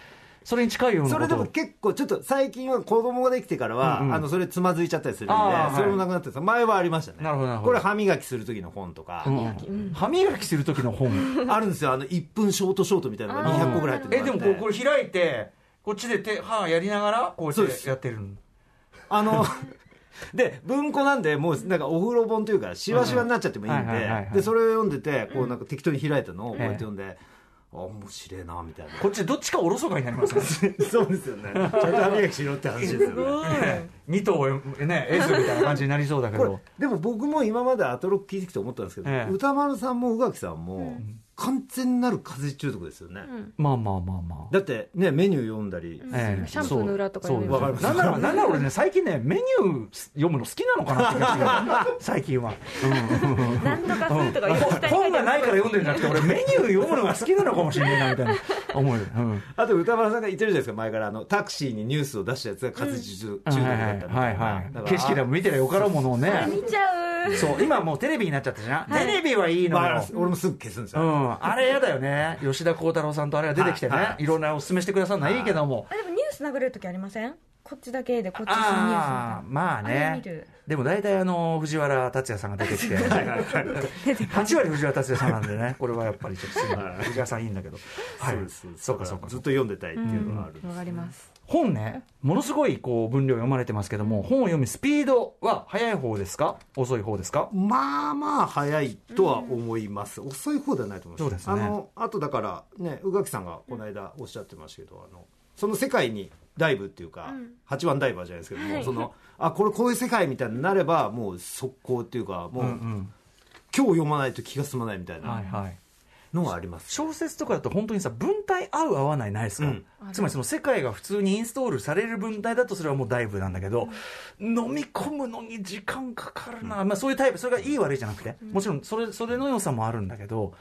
B: それに近いような
D: そ
B: こ
D: れで
B: とを
D: も結構ちょっと最近は子供ができてからは、
B: うんうん
D: あのそれつまずいちゃったりするんで
B: あー
D: それもなくなってた前はありましたね
B: なるほどなるほど
D: これ歯磨きする時の本とか、
B: うん歯磨きする時の本
D: あるんですよあの1分ショートショートみたいなのが200個ぐらい入って
B: え
D: るの
B: で
D: があ
B: も
D: って
B: こうこれ開いてこっちで手歯やりながらこう
D: そう
B: や
D: で
B: って
D: す
B: やってるの
D: あので文庫なんでもうなんかお風呂本というかしわしわになっちゃってもいいん
B: はいはいはいは
D: で
B: い
D: でそれを読んでてこうなんか適当に開いたのをこうやって読んで、あ面白いなみたいな
B: こっちどっちかおろ そかになりますから
D: そうですよね。ちゃんと歯磨きしろって 話ですよね。
B: 2頭をねエースみたいな感じになりそうだけ
D: これ
B: ど
D: でも僕も今までアトロック聞いてきて思ったんですけど、
B: ええ
D: 歌丸さんも宇垣さんも、完全なる風邪中毒ですよね、
B: まあまあまあまあ
D: だってねメニュー読んだり、
B: ええ
E: シャンプーの裏とか
B: そう
E: 読
D: むわかります
B: なんならなんなら俺ね最近ねメニュー読むの好きなのかなって気がする最近は
E: なんとかするとか言う下に書
B: 本
E: いて
B: が
E: あ
B: ない
E: る
B: から読んでるんじゃなくて俺メニュー読むのが好きなのかもしれないなみたいな思いでうん
D: あと歌丸さんが言ってるじゃないですか前からあのタクシーにニュースを出したやつが風邪中毒中毒だったみ
B: はい
D: たい
B: は
D: ないだから
B: 景色でも見てりゃよからんものをね
E: 見ちゃう
B: そう今もうテレビになっちゃったじゃん、テレビはいいの
D: わかり
B: よ
D: ます俺もすぐ消すんです
B: う
D: よ、
B: ん、あれやだよね吉田鋼太郎さんとあれが出てきてね、
D: はいいはい
B: ろんなおすすめしてくださるのはいいけども、
E: あでもニュース流れる時ありませんこっちだけでこっち
B: ああ
E: の
B: まあ
E: あれ
B: ね
E: 見る
B: でも大体あの藤原竜也さんが出てき て8割藤原竜也さんなんでね これはやっぱりちょっとすいません藤原さんいいんだけど、はい、
D: そうです
B: そうかそうか
D: ずっと読んでたいっていうのがある、
E: ニュースみたいなわかります
B: 本ねものすごいこう分量読まれてますけども本を読むスピードは速い方ですか遅い方ですか
D: まあまあ早いとは思います、遅い方ではないと思います
B: そうですね
D: あのあとだからね宇垣さんがこの間おっしゃってましたけどあのその世界にダイブっていうか、八番ダイバーじゃないですけども、そのあこれこういう世界みたいになればもう速攻っていうかもう、
B: ん
D: 今日読まないと気が済まないみたい
B: はい
D: な
B: はい
D: のがあります、
B: 小説とかだと本当にさ文体合う合わないないですか、
D: うん
B: つまりその世界が普通にインストールされる文体だとそれはもうだいぶなんだけど、飲み込むのに時間かかるな、まあ、そういうタイプそれがいい悪いじゃなくて、もちろんそれそれの良さもあるんだけど、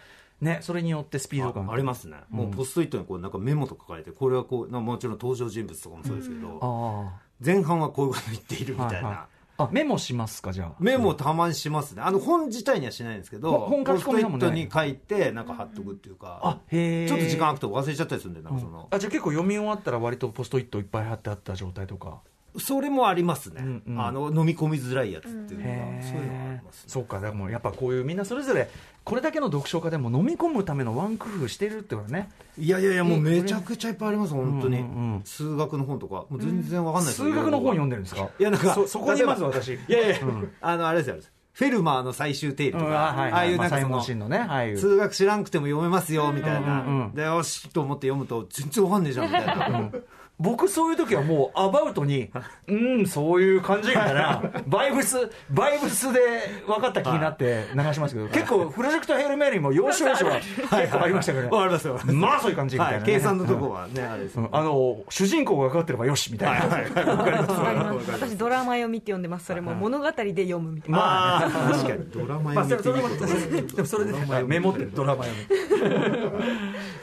B: ね、それによってスピード感
D: あありますね、もうポストイットにこうなんかメモとか書いてこれはこうなもちろん登場人物とかもそうですけど、
B: ああ
D: 前半はこういうこと言っているみたいな、
B: はいはいあメモしますかじゃあ
D: メモたまにしますね。あの本自体にはしないんですけど、
B: ほ本書き込み
D: ポス
B: は
D: トイ
B: もう
D: ッ
B: ない
D: トに書いて、なんか貼っとくっていうか、
B: あへえ
D: ちょっと時間空くと忘れちゃったりするんで、なんかその、
B: あじゃあ結構読み終わったら割とポストイットいっぱい貼ってあった状態とか
D: それもありますね、
B: んうん
D: あの、飲み込みづらいやつっていうの
B: へ
D: が、
B: ー
D: そういうのがありますね。
B: そうかだからもうやっぱこういうみんなそれぞれこれだけの読書家でも飲み込むためのワン工夫してるってことね
D: いやいやいや、もうめちゃくちゃいっぱいあります、本当に。
B: うんうんうん
D: 数学の本とか、もう全然わかんないですよ
B: 数学の本読んでる
D: る
B: んですか
D: いや、なんか、
B: そそこにまず私
D: いやいや、あの、あれですよ、あれですフェルマーの最終定理とか、
B: うんあはいはい
D: ああいうなん
B: まあ
D: か
B: サイ
D: そ
B: モ
D: の、
B: ンシンのねああいう
D: 数学知らんくても読めますよ、みたいな。
B: うんうんうん
D: で、よし、と思って読むと、全 然わかんねえじゃん、みたいな。
B: 僕そういう時はもうアバウト にうんそういう感じみたいなバイブスバイブスで分かった気になって流しますけど 結構プロジェクトヘールメリーも要所要所は結構ありましたけど
D: わか
B: ね
D: りますよ。
B: まあそういう感じみたいな
D: は
B: ね
D: い、計算のとこはね、あれです。
B: うんあの主人公が分かってればよしみたいな
E: わかります私ドラマ読みって読んでますそれも物語で読むみたいな
B: まあね
D: 確かにドラマ
B: まあ、そ
D: 読
B: れ
D: みっていいことですね
B: でもそれで
D: ドラマ読み
B: メモってるドラマ読 む、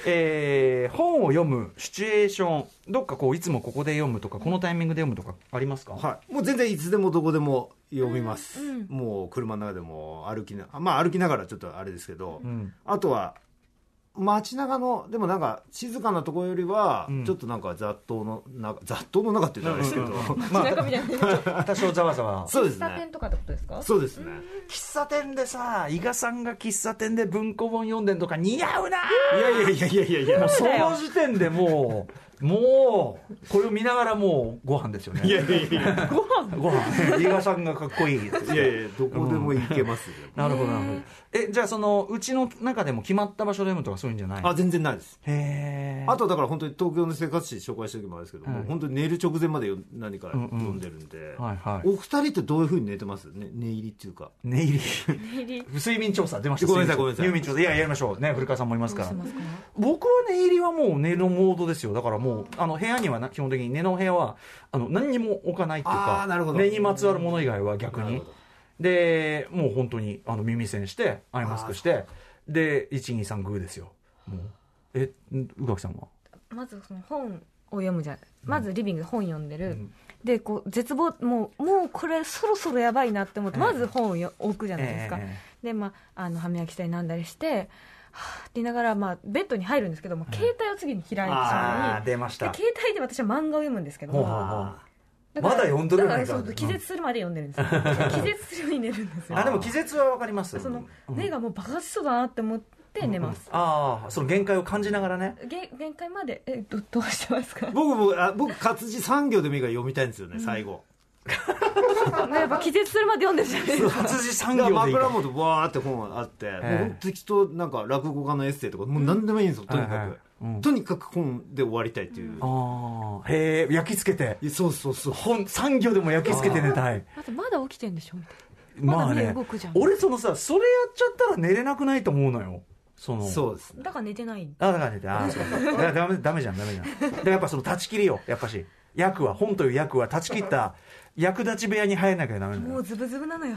B: えー本を読むシチュエーションどっかこういつもここで読むとかこのタイミングで読むとかありますか、
D: はい、もう全然いつでもどこでも読みます、もう車の中でも歩きなまあ歩きながらちょっとあれですけど、
B: ん
D: あとは街中のでもなんか静かなところよりは、ちょっとなんか雑踏の中雑踏の中って言ったらあれですけど、
B: ま
E: なんかみたいな
B: あ、多少ざわざ わ
D: そうです
E: 喫茶
D: ね
E: 店とかってことです か
D: そうですね
B: 喫茶店でさ伊賀さんが喫茶店で文庫本読んでんとか似合うない
D: やいやいやいやいやいや
B: その時点でもうもうこれを見ながらもうご飯ですよね
D: いやいやいや
B: ご 飯伊賀さんがかっこいいです
D: いやいやどこでも行けますよ、
B: なるほどなるほどえじゃあそのうちの中でも決まった場所でもとかそういうんじゃない
D: あ全然ないです
B: へえ
D: あとだから本当に東京の生活史紹介した時もあるんですけど、もう本当に寝る直前までよ何か読んでるんで、
B: はいはい
D: お二人ってどういうふうに寝てます、ね、寝入りっていうか
B: 寝 入り睡眠調査出ました
D: ごめんなさいごめんなさい
B: 睡眠調査いややりましょうね古川さんもいますから
E: ますか
B: 僕は寝入りはもう寝るモードですよだからもうあの部屋にはな基本的に寝の部屋はあの何にも置かないっていう
D: あー
B: か
D: なるほど
B: 寝にまつわるもの以外は逆
D: なる
B: に
D: ほど
B: でもう本当にあの耳栓してアイマスクしてで123グーですよもうえん宇垣さんは
E: まずその本を読むじゃんまずリビングで本読んでる、
B: ん
E: でこう絶望もうもうこれそろそろやばいなって思って、
B: ええ
E: まず本をよ置くじゃないですか、
B: え
E: でまああの歯磨きしたりなんだりしてはぁって言いながら、まあ、ベッドに入るんですけども携帯を次に開いてし
B: え
E: ま
B: あ
E: う
B: ー出まし
E: で
B: た
E: 携帯で私は漫画を読むんですけど
B: ほう
E: も
B: ほうほう
E: だから
B: まだ読んどるやない
E: だ
B: か
E: からそう気絶するまで読んでるんですよ気絶するように寝るんですよ
B: あでも気絶はわかります
E: その
B: うん
E: 目がもう爆発しそうだなって思って寝ます、
B: ああその限界を感じながら ね
E: げ限界までえどどうしてますか
D: 僕僕あ僕活字産行でもいいから読みたいんですよね、最後
E: やっぱ気絶するまで読んでるじゃないですか
B: 活字産
D: だから
B: 業でいいか
D: 枕
B: ら
D: 元わーって本あって、
B: え
D: もう適当なんか落語家のエッセイとかもう何でもいいんですよ、とにかく、
B: はいはいうん
D: とにかく本で終わりたいっていう、い
B: ああへえ焼き付けて
D: やそうそうそう
B: 本産業でも焼き付けて寝たい
E: まだまだ起きてんでしょみたいまだ
B: まあね
E: ね動くじゃん
B: 俺そのさそれやっちゃったら寝れなくないと思うのよその
D: そうですね
E: なだから寝てない
B: あだからねあ ーだダメダメじゃんダメじゃんだからやっぱその断ち切りよやっぱし役は本という役は断ち切った役立ち部屋に入らなきゃダメなの
E: も
B: よ
E: うズブズブなのよ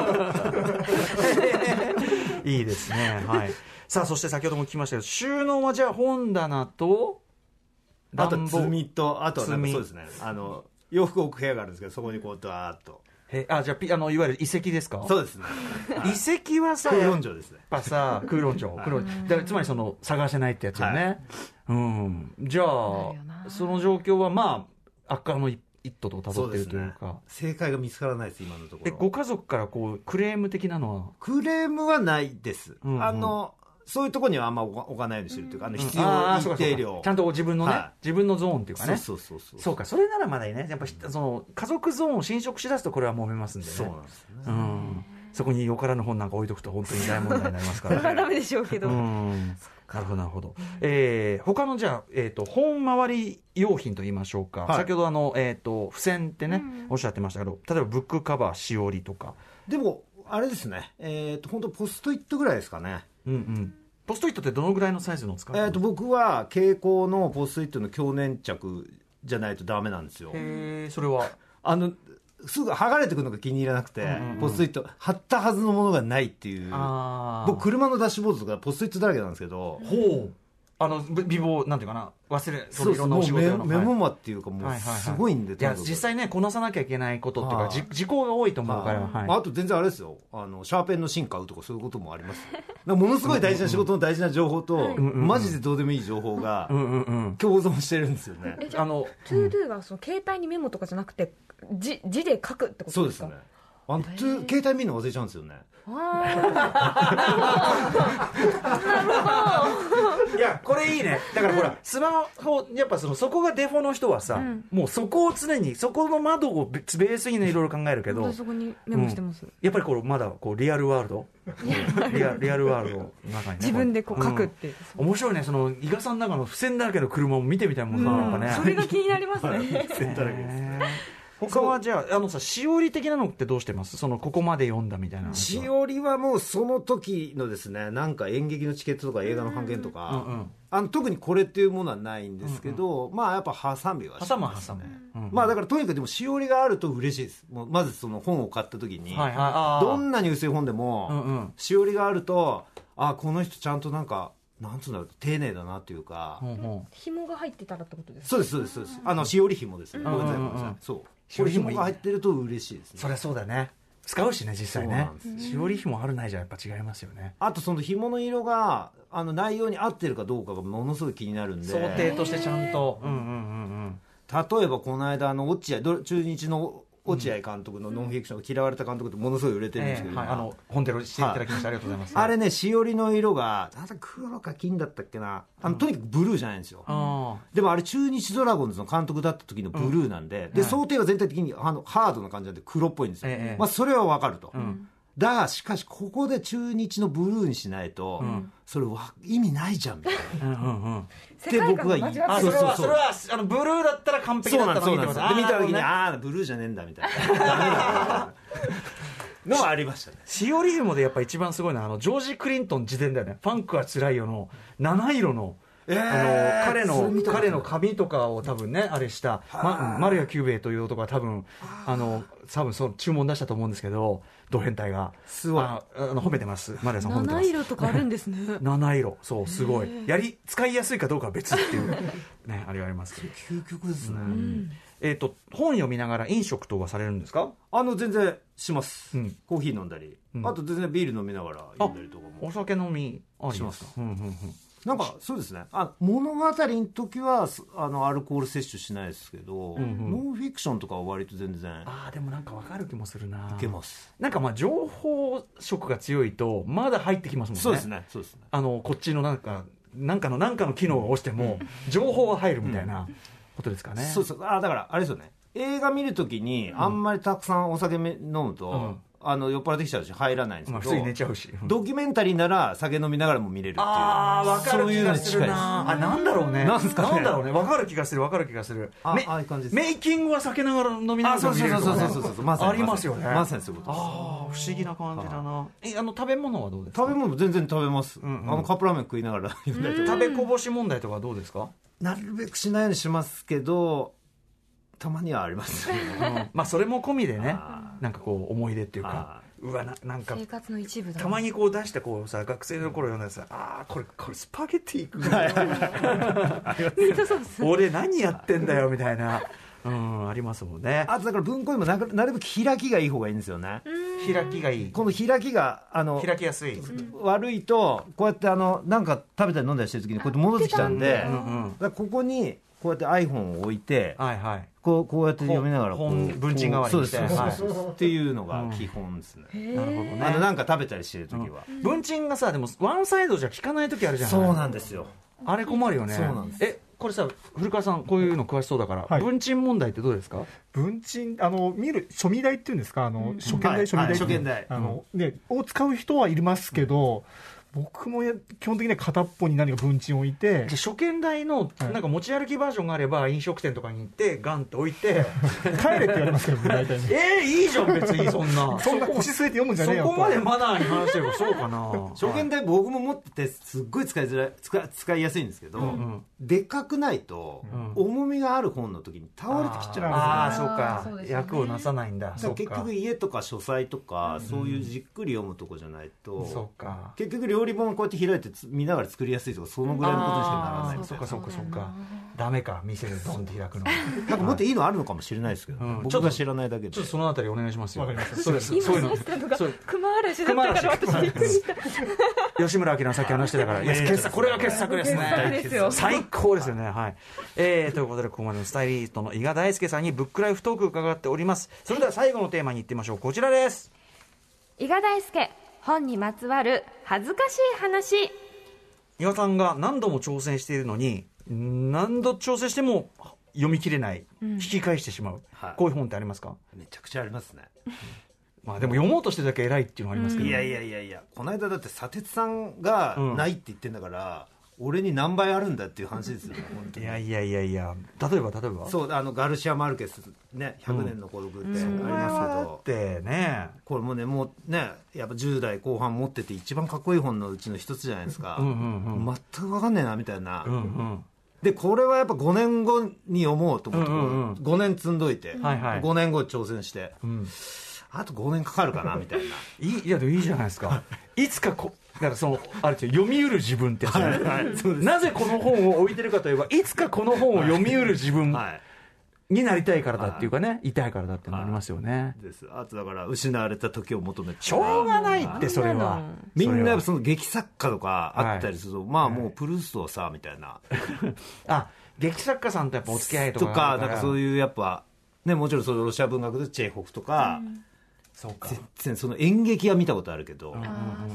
B: いいですねはいさあそして先ほども聞きましたけど収納はじゃあ本棚と
D: あと
B: 段ボー
D: 積みとあとはなんか
B: 積み
D: そうですねあの洋服を置く部屋があるんですけどそこにこうダーっと
B: へあじゃあピあのいわゆる遺跡ですか
D: そうですね
B: 遺跡はさ
D: 空論城ですね
B: やっぱさ空論帳空論帳だからつまりその探せないってやつよね、うんじゃあ
E: るよな
B: その状況はまあ悪化の一途とたどってるというか
D: 正解が見つからないです今のとこ
B: え
D: ろ
B: ご家族からこうクレーム的なのは
D: クレームはないです、
B: うんうん
D: あのそういうところにはあんま置か置かないようにしてるというか、あの必
B: あ
D: 要
B: ーそうかそう
D: 一
B: か
D: 定量
B: ちゃんと自分のね、
D: は
B: 自分のゾーンっていうかね
D: そうそうそうそう
B: そうかそれならまだいいねやっぱひその家族ゾーンを侵食しだすとこれは揉めますんでね
D: そうなんですよね、
B: うんそこによからぬ本なんか置いとくと本当に大問題になりますから
E: それはダメでしょうけど、
B: うんなるほどなるほど、えー他のじゃあ、えー、と本回り用品と言いましょうか、
D: はい
B: 先ほどあの、えー、と付箋ってね、
E: うん
B: おっしゃってましたけど例えばブックカバーしおりとか、
D: でもあれですねえっ、と本当ポストイットぐらいですかね
B: うんうん、ポストイットってどのぐらいのサイズのを使う
D: えっ、と僕は蛍光のポストイットの強粘着じゃないとダメなんですよ
B: へーそれは
D: あのすぐ剥がれてくるのが気に入らなくて、
B: うんうん
D: ポストイット貼ったはずのものがないっていう
B: あ
D: 僕車のダッシュボードとかポストイットだらけなんですけど、
B: ほうあのぶ美貌なんていうかな忘れ
D: そう
B: い
D: そ
B: ろ
D: うん
B: な
D: も
B: お
D: う
B: 仕事
D: メ
B: 用の
D: メ
B: はい
D: モマっていうかも
B: は
D: う
B: いはいはい
D: すごいんで、
B: いや
D: とにかく
B: 実際ねこなさなきゃいけないことっていう
D: は
B: か
D: い
B: じ事項が多いと思うから、
D: はい
B: はい
D: あと全然あれですよあのシャーペンの芯買うとかそういうこともありますよなんかものすごい大事な仕事の大事な情報と、
B: んうん
D: マジでどうでもいい情報が
B: うんうんうん
D: 共存してるんですよね、
E: えじゃ
B: あ
E: あ
B: の
E: トゥードゥがその携帯にメモとかじゃなくて字字で書くってこと
D: そう
E: で
D: ですす
E: か
D: ねあの、携帯見るの忘れちゃうんですよね
E: あ
B: いやこれいいねだからほら スマホやっぱそのそこがデフォの人はさ、もうそこを常にそこの窓をベベースにねいろいろ考えるけ
E: あ
B: ど
E: そこにメモしてます、
B: やっぱりこうまだこうリアルワールドリアリアルワールドの中に、ね、
E: 自分でこう書くっ
B: ん
E: て、
B: 面白いねその伊賀さんの中の付箋だらけの車も見てみたいもんな,、なんかね
E: それが気になりますね
D: 絶対だけです
B: 他はじゃああのさしおり的なのってどうしてますそのここまで読んだみたいな話は
D: しおりはもうその時のですねなんか演劇のチケットとか映画の半券とか、
B: うんうん
D: あの特にこれっていうものはないんですけど、まあやっぱハサミはして
B: 挟む
D: ます
B: 挟む、うんうん
D: まあだからとにかくでもしおりがあると嬉しいですもうまずその本を買った時に、
B: はいはいあー
D: どんなに薄い本でも、
B: うんうん
D: しおりがあるとあこの人ちゃんとなんかなんつうんだろう丁寧だなっていうか、
B: ほんほん
E: 紐が入ってたらってことですか
D: そうですそうですそうですあのしおり紐ですね、ごめんなさい
B: うん
D: ご
B: うんう
D: め
B: ん
D: んなさいそう
B: しおり紐
D: これ紐が入ってると嬉しいですね
B: そりゃそうだね使うしね実際
D: そう
B: ね
D: なんですよ
B: しおり紐あるないじゃやっぱ違いますよね
D: あとその紐の色があの内容に合ってるかどうかがものすごい気になるんで
B: 想定としてちゃんとうんうんうんうん
D: 例えばこの間あの落合どれ中日の落合監督のノンフィクションが嫌われた監督ってものすごい売れてるんですけど、
B: はい、あの本テロしていただきましてありがとうございます。
D: あれね、しおりの色が、なんだ黒か金だったっけな、あのとにかくブルーじゃないんですよ。
B: あ
D: でもあれ、中日ドラゴンズの監督だった時のブルーなんで、で
B: はい
D: 想定は全体的にあのハードな感じなんで、黒っぽいんですよ、
B: ええ
D: まあ、それはわかると、
B: ん
D: だが、しかし、ここで中日のブルーにしないと、
B: ん
D: それわ、意味ないじゃんみたい な、
B: ーうんうんうん。
E: 世界観が交わってる
D: あ
B: あ、それは、そ
D: そうそうそう
B: れは、あの、ブルーだったら完璧だったのにってこと
D: で見
B: あ
D: た時に、
B: ーなるほどね
D: ああ、ブルーじゃねえんだみたいな、ダメ だなのはありましたね。
B: シオリウムでやっぱ一番すごいのは、あの、ジョージ・クリントン自伝だよね。ファンクは辛いよの、七色の、
D: えー
B: あの彼
D: それ見
B: の
D: たことな
B: 彼
D: い
B: の髪とかを多分ねあれした、ま、丸谷久兵衛という男が多分あの多分その注文出したと思うんですけど同変態が
D: すごい
B: ああの褒めてます丸谷さん褒めてま
E: 七
B: す
E: 色とかあるんですね
B: 七色そうすごいやり使いやすいかどうかは別っていう ねあれがありますけど
D: 究極ですね、
B: えっ、と本読みながら飲食等はされるんですか
D: あの全然します、
B: うん
D: コーヒー飲んだり、
B: うん
D: あと全然ビール飲みながら読んだりとかも
B: お酒飲みあり
D: し
B: ま
D: ますす
B: かうんうんうん
D: なんかそうですねあ物語の時はすあのアルコール摂取しないですけど、
B: ん
D: ノンフィクションとかは割と全然
B: ああでもなんかわかる気もするない
D: けます、
B: なんかまあ情報色が強いとまだ入ってきますもんね
D: そうですねそうですね
B: あのこっちのなんかなんかのなんかの機能を押しても情報は入るみたいなことですかね、
D: そうそうあだからあれですよね映画見るときにあんまりたくさんお酒め飲むと、
B: うん
D: あの酔っ払ってきちゃうし入らないんです
B: まあ
D: け
B: 普
D: ど、
B: 通に寝ちゃうし、うん
D: ドキュメンタリーなら酒飲みながらも見れるっていう
B: ああわかる
D: そうい
B: 気
D: うの
B: が
D: に
B: す
D: 近い
B: る
D: です
B: なあなんだろうね
D: なんすかね
B: なんだろうねわかる気がするわかる気がする
D: あ
B: メ
D: ああいう感じです
B: メイキングは避けながら飲みなが
D: あ
B: ら
D: そう
B: 見
D: そう
B: れる
D: そう
B: とか
D: そう
B: ね
D: そうそうそうまさに
B: ありますよね
D: まさにそういうことです
B: ああ不思議な感じだなえあの食べ物はどうですか
D: 食べ物全然食べます、
B: んうん
D: あのカップラーメン食いながら読んだりとか
B: 食べこぼし問題とかはどうですか、
D: なるべくしないようにしますけどたまにはありますね
B: うんまあそれも込みでね
D: あ
B: なんかこう思い出っていうか
D: あ
B: うわななんか
E: 生活の一部だ
B: たまにこう出してこうさ学生の頃読んだやつああこれこれスパゲティ食う
E: ミ
B: な
E: ートソース
B: 俺何やってんだよみたいなうんありますもんね
D: あとだから文庫にもなるなるべく開きがいい方がいいんですよね
B: 開きがいい
D: この開きがあの
B: 開きやすい
D: 悪いとこうやってあのなんか食べたり飲んだりしてる時にこうやって戻ってきちゃうんで
B: うんうん
D: だからここにこうやって iPhone を置いて
B: はいはい
D: こうこうやって読みながらこう
B: 本
D: こう
B: 文鎮代わりにして
D: そうですそうですそうですっていうのが基本ですね、
B: なるほどね
D: あのなんか食べたりしてる時は、
B: 文鎮がさでもワンサイドじゃ効かない時あるじゃない
D: そうなんですよ
B: あれ困るよね
D: そうなんです
B: えこれさ古川さんこういうの詳しそうだから、
F: はい
B: 文鎮問題ってどうですか
F: 文鎮あの見る書味代っていうんですかあの、初見
D: は
F: 代、
D: い
F: 書味代,、
D: はい初見代
F: あのねを使う人はいますけど、僕もや基本的には片っぽに何か文鎮置いて
B: じゃあ初見台の
F: はい
B: なんか持ち歩きバージョンがあれば飲食店とかに行ってガンって置いて
F: 帰れって言われますけどね大体ね
B: えー、いいじゃん別にそんな
F: そんな腰据えて読むんじゃ
B: そ
F: ねえよ
B: こまで
F: と
B: マナーに反してればそうかな
D: 証言台僕も持っててすっごい使いづらい使い使いやすいんですけど、
B: ん
D: でかくないと、
B: う
D: 重みがある本の時に倒れてきちゃうんですよね
B: ああ
E: すね
B: ーそう
E: そう
B: か
E: ですよね
B: 役をなさないんだ
D: だか
B: そ
D: ら
B: うか
D: 結局家とか書斎とか、そういうじっくり読むとこじゃないと
B: そうか
D: 結局料理本をこうやって開いてつ見ながら作りやすいとかそのぐらいのことにしかならないみた
B: そ
D: い
B: っか
D: な
B: そっかそっかダメか店でドンって開く の
D: なんかもっといいのあるのかもしれないですけど、
B: うんちょっと
D: 僕が知らないだけで
B: ちょっとそのあたりお願いしますよ
F: わかりました
B: そうです
E: 今
B: そういうの
E: 刺したのが
B: そう
E: 熊嵐だったから
B: 熊
E: 私
B: 嵐
E: びっくりした
B: 吉村明のさっき話してたからいや傑作これが傑作です
E: 傑作で
B: ね
E: すよ
B: 最高ですよねはい、えーということでここまでのスタイリストの伊賀大輔さんにブックライフトーク伺っておりますそれでは最後のテーマに行ってみましょうこちらです
C: 伊賀大輔本にまつわる恥ずかしい話
B: 伊賀さんが何度も挑戦しているのに何度挑戦しても読み切れない、引き返してしまう、
D: はい
B: こういう本ってありますか
D: めちゃくちゃありますね
B: まあでも読もうとしてるだけ偉いっていうのはありますけど、
D: いやいやいやいやこの間だって砂鉄さんが
B: うん
D: ないって言ってんだから、俺に何倍あるんだっていう話ですよね本当
B: い
D: に
B: やいやいやいや例えば例えば
D: そうあのガルシア・マルケスね「100年の孤独」ってありますけど、
B: ってね
D: これもねもうねやっぱ10代後半持ってて一番かっこいい本のうちの一つじゃないですか
B: うんうん
D: 全く分かんねえなみたいな、
B: うんうん
D: でこれはやっぱ5年後に読もうと思って、
B: うんうんうん
D: 5年積んどいて、
B: はいはい
D: 5年後挑戦して
B: うん
D: あと5年かかるかなみたいな
B: いいいやでもいいじゃないですかいつかこだからそのあれですよ読みうる自分ってやつね なぜこの本を置いてるかといえばいつかこの本を読みうる自分
D: はい
B: になりたいからだっていうかね痛いからだっていうのありますよね
D: ですあとだから失われた時を求めて
B: しょうがないってそれは
D: みんなやっぱ
B: そ
D: その劇作家とかあったりすると、まあもうプルーストはさみたいな
B: れはあ劇作家さんとやっぱお付き合いと
D: と
B: か
D: かなんかそう
B: う
D: いうやっぱね、もちろんそのロシア文学でチェーホフとか、
B: そうか
D: 全然その演劇は見たことあるけど、
E: ああ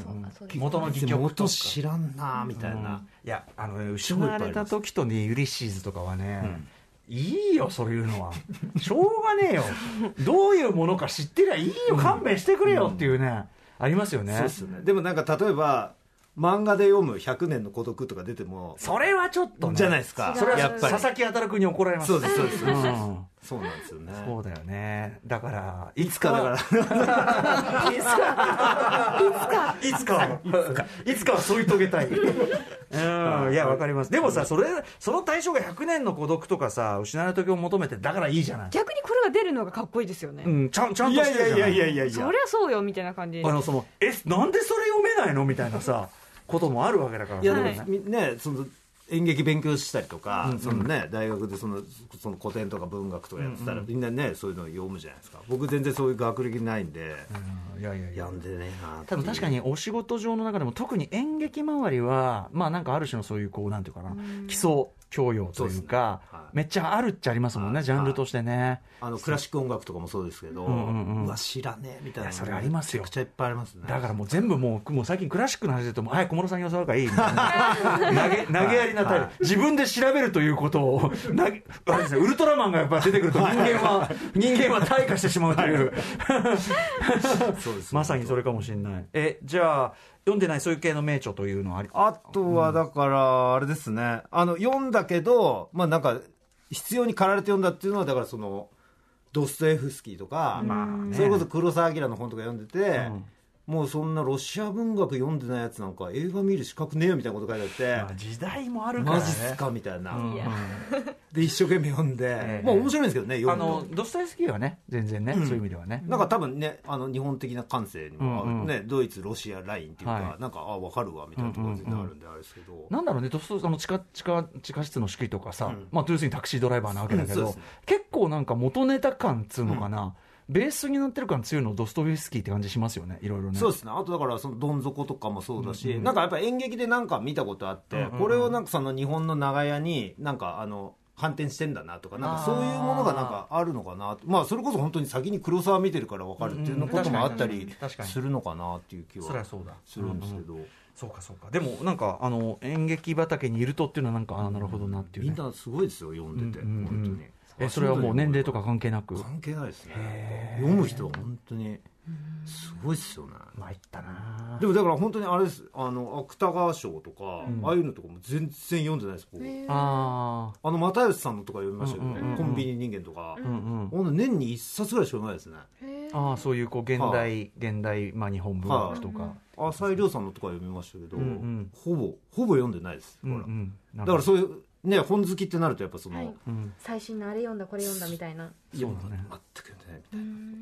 E: そうかそうです
B: 元の戯曲とか
D: 元知らんなみたいな、
B: いやあのね失われた時とねユリシーズとかはね、いいよそういう のはしょうがねえよどういうものか知ってりゃいいよ勘弁してくれよっていうね、ありますよね
D: そうっすねでもなんか例えば漫画で読む「100年の孤独」とか出ても
B: それはちょっとね
D: じゃないですか
E: 違う
B: それは
D: やっぱり
B: 佐々木働君に怒られます
D: そうですそうです、
B: うん
D: そうなんですよね
B: そうだよねだから
D: いつかだから
B: いつかいつかはいつかは添い遂げたいうんいやわかりますでもさそれその対象が100年の孤独とかさ失われた時を求めてだからいいじゃない
E: 逆にこれが出るのがかっこいいですよね、
B: うんちゃんちゃんとしてるじゃない
D: いやい
E: そりゃそうよみたいな感じ
B: あのそのえなんでそれ読めないのみたいなさこともあるわけだから
D: いや
B: そ
D: で
B: う
D: も
B: だ
D: ね
B: ね
D: その演劇勉強したりとか、そのね、大学でそのその古典とか文学とかやってたら、みんなねそういうの読むじゃないですか僕全然そういう学歴ないんで、
B: うんいやいやいや
D: 読んでねえなって
B: 多
D: いう
B: 分確かにお仕事上の中でも特に演劇周りはまあなんかある種のそういうこうなんていうかな基礎教養というか
D: そうですねはい
B: めっちゃあるっちゃありますもん
D: は
B: ね
D: い
B: ジャンルとしてね
D: あのクラシック音楽とかもそうですけど、うん
B: うんうん
D: わ知らねえみたいな
B: いや
D: のが
B: それありますよ
D: めちゃくちゃいっぱいありますね
B: だからもう全部もうもう最近クラシックの話で言うともうはい小室さんに教わるからいいみたい な投げ投げやりなタイ
D: は
B: プ自分で調べるということを投げあれですねウルトラマンがやっぱ出てくると人間は人間は退化してしまうという
D: そうです
B: まさにそれかもしれないえじゃあ読んでないそういう系の名著というのはあり
D: あとはだからあれですね、あの読んだけどまあなんか必要に駆られて読んだっていうのはだからそのドストエフスキーとか、それこそ黒澤明の本とか読んでて、もうそんなロシア文学読んでないやつなんか映画見る資格ねえよみたいなこと書いてあっ
B: まあ
D: て。
B: 時代もあるから
D: マ
B: ね
D: ジっすかみたいな、
B: うん
D: で一生懸命読んで、
B: え
D: まあ面白いんですけどね
B: あ
D: 読むと
B: のドストエフスキーはね全然ね、そういう意味ではね、
D: なんか多分ねあの日本的な感性にも合う、
B: うんうん
D: ねドイツロシアラインっていうか、
B: はい
D: なんかあ分かるわみたいなところ全然あるんであれですけど、
B: なんだろうねドストエフあの地下地下地下室の式とかさ、
D: うん
B: まあ、トゥースにタクシードライバーなわ けだけ
D: うん
B: ど、
D: そうですね
B: 結構なんか元ネタ感っつうのかな、ベースになってる感強いのドストエフスキーって感じしますよねいろいろね
D: そうですねあとだからそのどん底とかもそうだし、なんかやっぱ演劇でなんか見たことあって、これをなんかその日本の長屋になんかあの反転してんだなとかなんかそういうものがなんかあるのかなまあそれこそ本当に先に黒沢見てるから分かるっていうのこともあった
B: うん
D: り
B: 確かに
D: するのかなっていう気
B: そりゃ
D: は
B: そうだ
D: するんですけど、
B: そうかそうかでもなんかあの演劇畑にいるとっていうのはなんかああなるほどなっていう、
D: み
B: ね
D: んなすごいですよ読んでて、
B: うんうんうん
D: 本当に
B: えそれはもう年齢とか関係なく
D: 関係ないですね読む人は本当にすごいですよね
B: 参ったな
D: でもだから本当にあれですあの芥川賞とか、ああいうのとかも全然読んでないです僕
B: ああ
D: あの又吉さんのとか読みましたけどね、
B: うんうんうん
D: コンビニ人間とか、
B: うんうん
D: ほんと年に一冊ぐらいしか読まないですね
B: ああそういうこう現代、現代、まあ、日本文学とか、
D: 浅井亮さんのとか読みましたけど、
B: うんうん
D: ほぼほぼ読んでないです、
B: うんう
D: ほ
B: ん、な
D: ら
B: ん
D: だからそういうね本好きってなるとやっぱその、
E: はいい
B: うん
E: 最新のあれ読んだこれ読んだみたいな
D: や
B: そうだね
D: 全く読んでない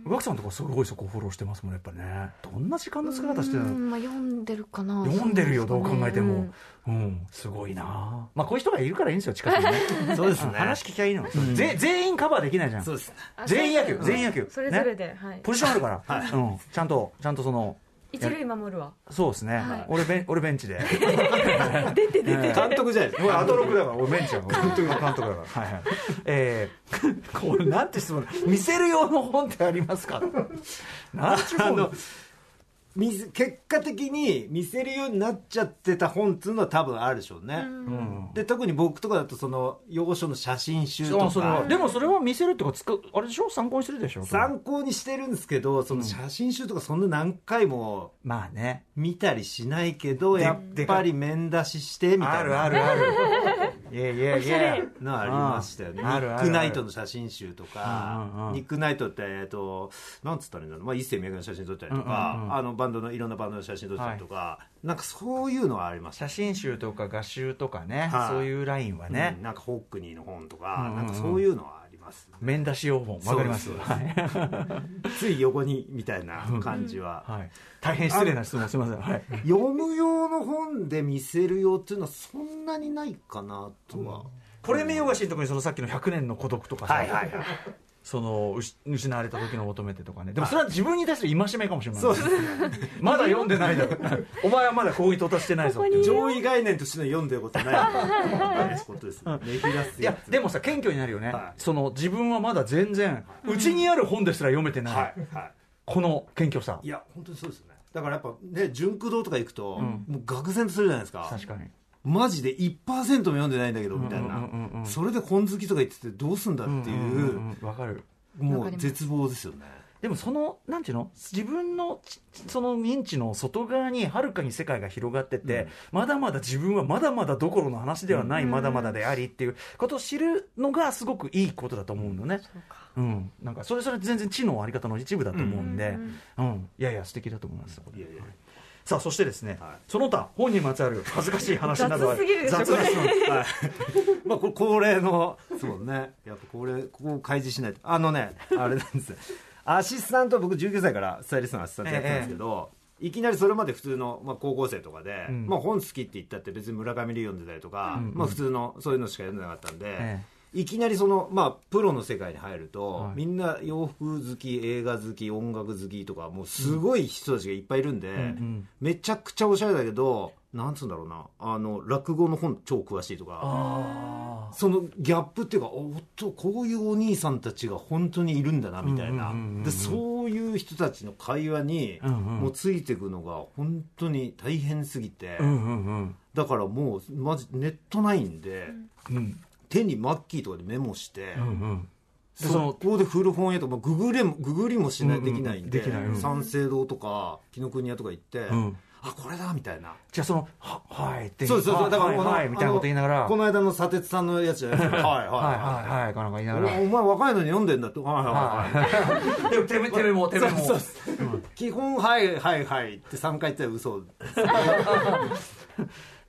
B: 宇垣さんとかすごいそこフォローしてますもんねやっぱねどんな時間の使い方して
E: う
B: るの
E: んまあ、読んでるかな
B: 読んでるよ
E: そ
B: どう
E: で
B: 考
E: すかね
B: えて
E: う
B: も
E: ん、
B: うん、すごいなまあこういう人がいるからいいんですよ近くにね そうですね話聞きゃいいの、ぜ全員カバーできないじゃん
D: そうです ね
E: あ
B: 全員野
E: そ
B: 球
E: れぞれ
B: 全員野球
E: それぞれ
B: ね、
E: で、はい
B: ポジションあるから、うん、ちゃんとちゃんとその
E: 一塁守るわ
B: そうですね、
E: はい
B: 俺ベン俺ベンチで
E: 出て出て
D: 監督じゃないです
B: 俺
D: か
B: アトロクだから俺ベンチだから監督監督だからはいはいえー、これなんて質問見せる用の本ってあります かなんちゅう
D: あ
B: 本
D: の見せ結果的に見せるようになっちゃってた本っていうのは多分あるでしょうね、
B: うん
D: で特に僕とかだとその要所の写真集と
B: あそれ
D: か
B: はでもそれは見せるっていうかつくあれでしょ参考にするでしょ
D: 参考にしてるんですけどその写真集とかそんな何回も
B: まあね
D: 見たりしないけど
B: で
D: やっぱり面出ししてみた
B: あ
D: いな
B: るあるあるいやいやいや
D: のありましたよねニ
B: あるあるあ
D: ッ
B: る
D: クナイトの写真集とか、
B: うんうんうん
D: ニックナイトってえっとなんつったらいいんだろう、まあ、一世名画の写真撮ったりとか、
B: うんうんうん
D: あのバンドのいろんなバンドの写真撮ったりとか、なんかそういうのはありました
B: 写真集とか画集とかね、
D: はい
B: そういうラインは
D: ね
B: ね、、
D: なんかホックニーの本と
B: うんう
D: か、
B: んうん
D: なんかそういうのはあります
B: 面出し用本わかります
D: そうです
B: はい
D: つい横にみたいな感じは、
B: はい、大変失礼な質問すみませんはい
D: 読む用の本で見せる用っていうのはそんなにないかなとは、
B: これ名誉がしのとこにそのさっきの100年の孤独とかさ、
D: はいはいはい
B: そのうし失われた時の求めてとかねでもそれは自分に対する戒めかもしれない
D: そうですね
B: まだ読んでないだろ お前はまだここに到達してないぞっていう
D: 上位概念としての読んでることないってことですねめき出す
B: いや
D: やつ
B: でもさ謙虚になるよね、
D: はい
B: その自分はまだ全然うち、にある本ですら読めてない、
D: はいはい
B: この謙虚さ
D: いや本当にそうですよねだからやっぱね純駆動とか行くと、
B: ん
D: もう愕然とするじゃないですか
B: 確かに
D: マジで1%も読んでないんだけどみたいな、
B: うんうんうんうん
D: それで本好きとか言っててどうすんだっていう,、
B: んんんうんわかる
D: もう絶望ですよね
B: でもそのなんていうの自分のちその認知の外側にはるかに世界が広がってて、まだまだ自分はまだまだどころの話ではない、まだまだでありっていうことを知るのがすごくいいことだと思うのねうん、なんかそれそれ全然知のあり方の一部だと思うんで、うんいやいや素敵だと思います
D: いやいや
B: さあそしてですね、
D: はい
B: その他本にまつわる恥ずかしい話などは
E: 雑すぎるでしょ
B: 雑ですので
D: はい まあこれ恒例のそうねやっぱ恒例ここを開示しないとあのねあれなんですよアシスタント僕19歳からスタイリストのアシスタントやってたんですけど、いきなりそれまで普通の、まあ、高校生とかで、
B: うん
D: まあ、本好きって言ったって別に村上龍読んでたりとか、
B: うんうん
D: まあ、普通のそういうのしか読んでなかったんで、
B: え
D: いきなりその、まあ、プロの世界に入ると、
B: はい
D: みんな洋服好き映画好き音楽好きとかもうすごい人たちがいっぱいいるんで、
B: ん
D: めちゃくちゃおしゃれだけどなんつうんだろうなあの落語の本超詳しいとか
B: あ
D: そのギャップっていうかおっとこういうお兄さんたちが本当にいるんだなみたい
B: う
D: な、
B: んうんうんうん
D: でそういう人たちの会話に、
B: うんうん
D: もうついていくのが本当に大変すぎて、
B: あうんうんうん
D: だからもうマジネットないんで、
B: うん
D: 手にマッキーとかでメモして。
B: うんうんでそ
D: そ
B: の
D: こで古本屋とか、まあ、ググれもググりもしない、
B: うんうん
D: できないんで
B: できないうん
D: 三省堂とか紀ノ国屋とか行って、
B: ん
D: あこれだみたいな
B: じゃあその「ははい」って
D: そうそうそう
B: は
D: だから
B: はい
D: この
B: はい」みたいなこと言いながら「
D: あのこの間の砂鉄さんのやつじゃないですかはいは
B: はい
D: いは
B: はいはい」かなんか言いないがら
D: おお前若いのに読んでんだってはいはいはい
B: 「でもてめてめもてめも」
D: そうそうそう基本はいはいはいって3回言ったら嘘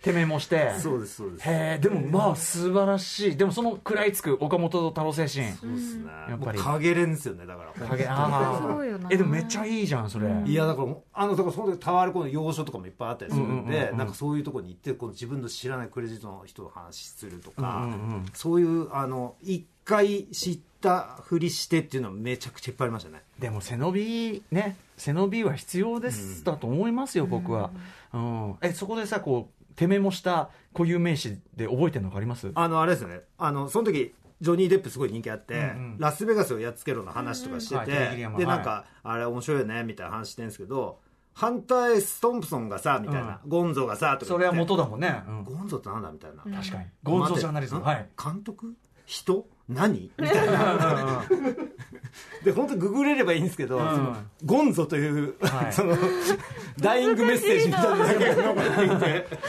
B: てめもして
D: そうですそうです
B: へえでもまあ素晴らしいでもその食らいつく岡本太郎精神
D: そうですね
B: やっ
D: も
B: ぱ
D: う
B: り
D: 影れんですよねだから
B: 影
E: す
B: あ
E: ごいよな
B: あえでもめっちゃいいじゃんそれ
D: いやだからあのだからその時タワーレコの要所とかもいっぱいあったりするん
B: うんうんう
D: で
B: んうん
D: なんかそういうとこに行ってこの自分の知らないクレジットの人の話すると
B: うんう
D: か、
B: んうん
D: そういうあの一回知ったふりしてっていうのはめちゃくちゃいっぱいありましたね
B: でも背伸びね背伸びは必要です、だと思いますよ僕は、うん、えそこでさこうてめもした固有名詞で覚えてるのがあります
D: あのあれですよねあのその時ジョニー・デップすごい人気あって、
B: うんうん
D: ラスベガスをやっつけろの話とかして
B: はい
D: て、
B: ギリギリ山
D: で
B: はい
D: なんか、あれ面白いよねみたいな話してるんですけどハンター・エス・トンプソンがさみたいな、ゴンゾがさとか言って
B: それは元だもんね、うん
D: ゴンゾってなんだみたいな、
B: 確かにゴンゾジャーナリズム
D: 待
B: は
D: って
B: い
D: ん監督人何みたいなで本当ググれればいいんですけ
B: ん
D: ど、そのゴンゾという、
B: はい
D: そ のダイイングメッセージみたいなのだけが残ってい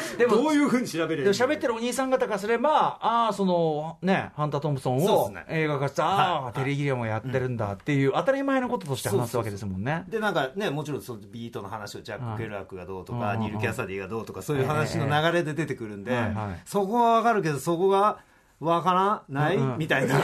D: て
B: でも
D: どういうふうに調べ
B: で
D: れる
B: も喋ってるお兄さん方からすればああそのねハンター・トンプソン
D: そう
B: を
D: ですね
B: 映画化した、ああテレギリアもやってるんだっていう当たり前のこととして話すわけですもんね
D: でなんかねもちろんそのビートの話をジャック・ケルアクがどうと
B: うんうん
D: か、
B: うん
D: ニール・キャサディがどうとかそういう話の流れで出てくるんで、
B: ええはいはい
D: そこはわかるけどそこがわからない、
B: うんうん
D: みたいな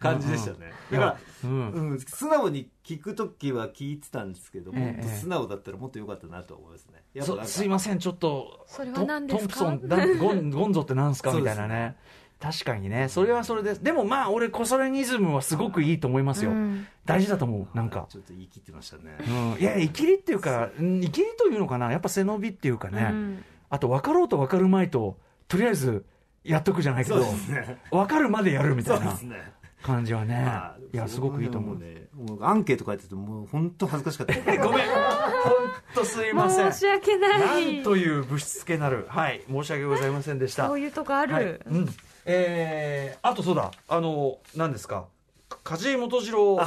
D: 感じでしたね、だから、
B: うん
D: うん、素直に聞くときは聞いてたんですけど、
B: ええ
D: もっと素直だったらもっと良かったなとは思いますね。やっぱ
B: そ
D: なんか
B: すいませんちょっと
E: それは
B: ト
E: 何ですか
B: トンプソンだゴンゴンゾってなんすか
D: そう
B: み
D: で
B: た
D: す
B: いなね確かにねそれはそれですでもまあ俺コソレニズムはすごくいいと思いますよ、
E: うん
B: 大事だと思うなんか
D: ちょっと言い切ってましたね。
B: うん、いや生きりっていうかうん生きりというのかなやっぱ背伸びっていうかね、あと分かろうと分かるまいととりあえずやっとくじゃないけ
D: そう
B: ど、
D: です ね。
B: 分かるまでやるみ
D: そ
B: た
D: う
B: い
D: で
B: な
D: すね。
B: 感じはね、
D: まあ
B: いやすごくいいと思う
D: その辺はもね。もうアンケート書いててもう本当恥ずかしかったで す。
B: ごめん本当すいません
E: 申し訳な
B: なん
E: い
B: というぶしつけなるはい申し訳ございませんでした
E: こういうとこある、
B: はいうんえーあとそうだあの何ですかか梶井元次郎
D: は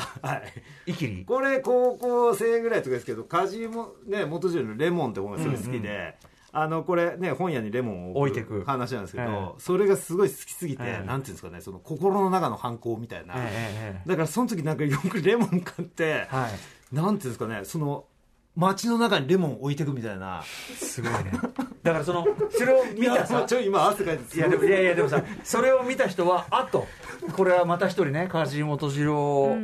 D: い。
B: いきり
D: これ高校生ぐらいとかですけど梶井もね元次郎の「レモン」って本がすごい好きで、あのこれね本屋にレモンを
B: 置いてく
D: 話なんですけど、
B: え
D: それがすごい好きすぎて、
B: ええ
D: なんていうんですかねその心の中の反抗みたいな、
B: ええ
D: だからその時なんかよくレモン買って、
B: はい
D: なんていうんですかねその街の中にレモン置いてくみたいな
B: すごい ねだからそのそれを見た
D: いや
B: さ
D: ちょ今汗かいて
B: いやでもいやいやでもさそれを見た人はあとこれはまた一人ね梶井元次郎、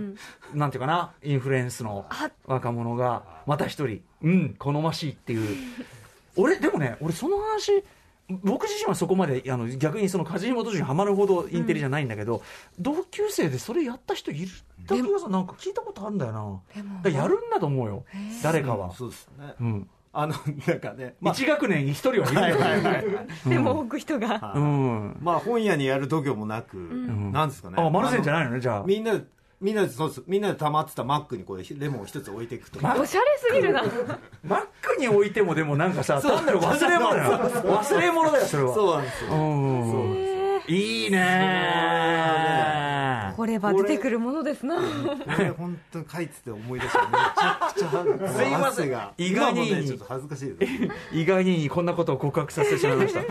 B: なんていうかなインフルエンスの若者がまた一人うん好ましいっていう俺でもね俺その話僕自身はそこまであの逆にその梶本氏にはまるほどインテリじゃないんだけど、同級生でそれやった人いるだけがさなんか聞いたことあるんだよな
C: でも
B: だからやるんだと思うよ誰かは、
D: そうですね
B: うん
D: あのなんかね、まあ
B: 1学年に1人はいるんだよ、
E: でも置く人が
D: は
B: う
D: い
B: ん
D: まあ本屋にやる度胸もなく、なんですかね
B: あマルセンじゃ
D: い
B: ないのねじゃあ
D: みんなでみんなでそうですみんなで溜まってたマックにこれレモンを一つ置いていくと
B: マ
E: おしゃれすぎるな
B: マックに置いてもでもなんかさ単なる忘れ物だよ忘れ物だよそれは
D: そうなんですよ、
B: うん
D: そうなんですよ
B: いいね
E: これは出てくるものですな
D: これ本当に書いてて思い出しためちゃくちゃ
B: すいません
D: 汗が
B: 意外に
D: 今もねちょっと恥ずかしいです
B: 意外にこんなことを告白させてしまいま した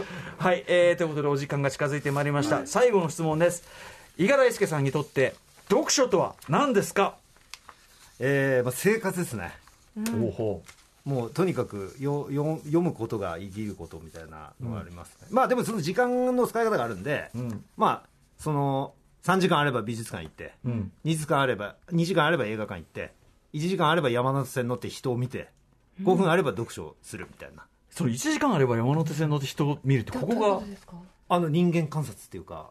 B: はい、えー、ということでお時間が近づいてまいりました、最後の質問です伊賀大輔さんにとって読書とは何ですか、
D: えーまあ、生活ですね
B: おほ
D: もうとにかくよよ読むことが生きることみたいなのがありますね、まあでもその時間の使い方があるんで、
B: ん
D: まあその3時間あれば美術館行って、
B: ん
D: 2時間あれば2時間あれば映画館行って1時間あれば山手線乗って人を見て5分あれば読書をするみたいな、
B: それ1時間あれば山手線乗って人を見るってここが
D: あの人間観察っていうか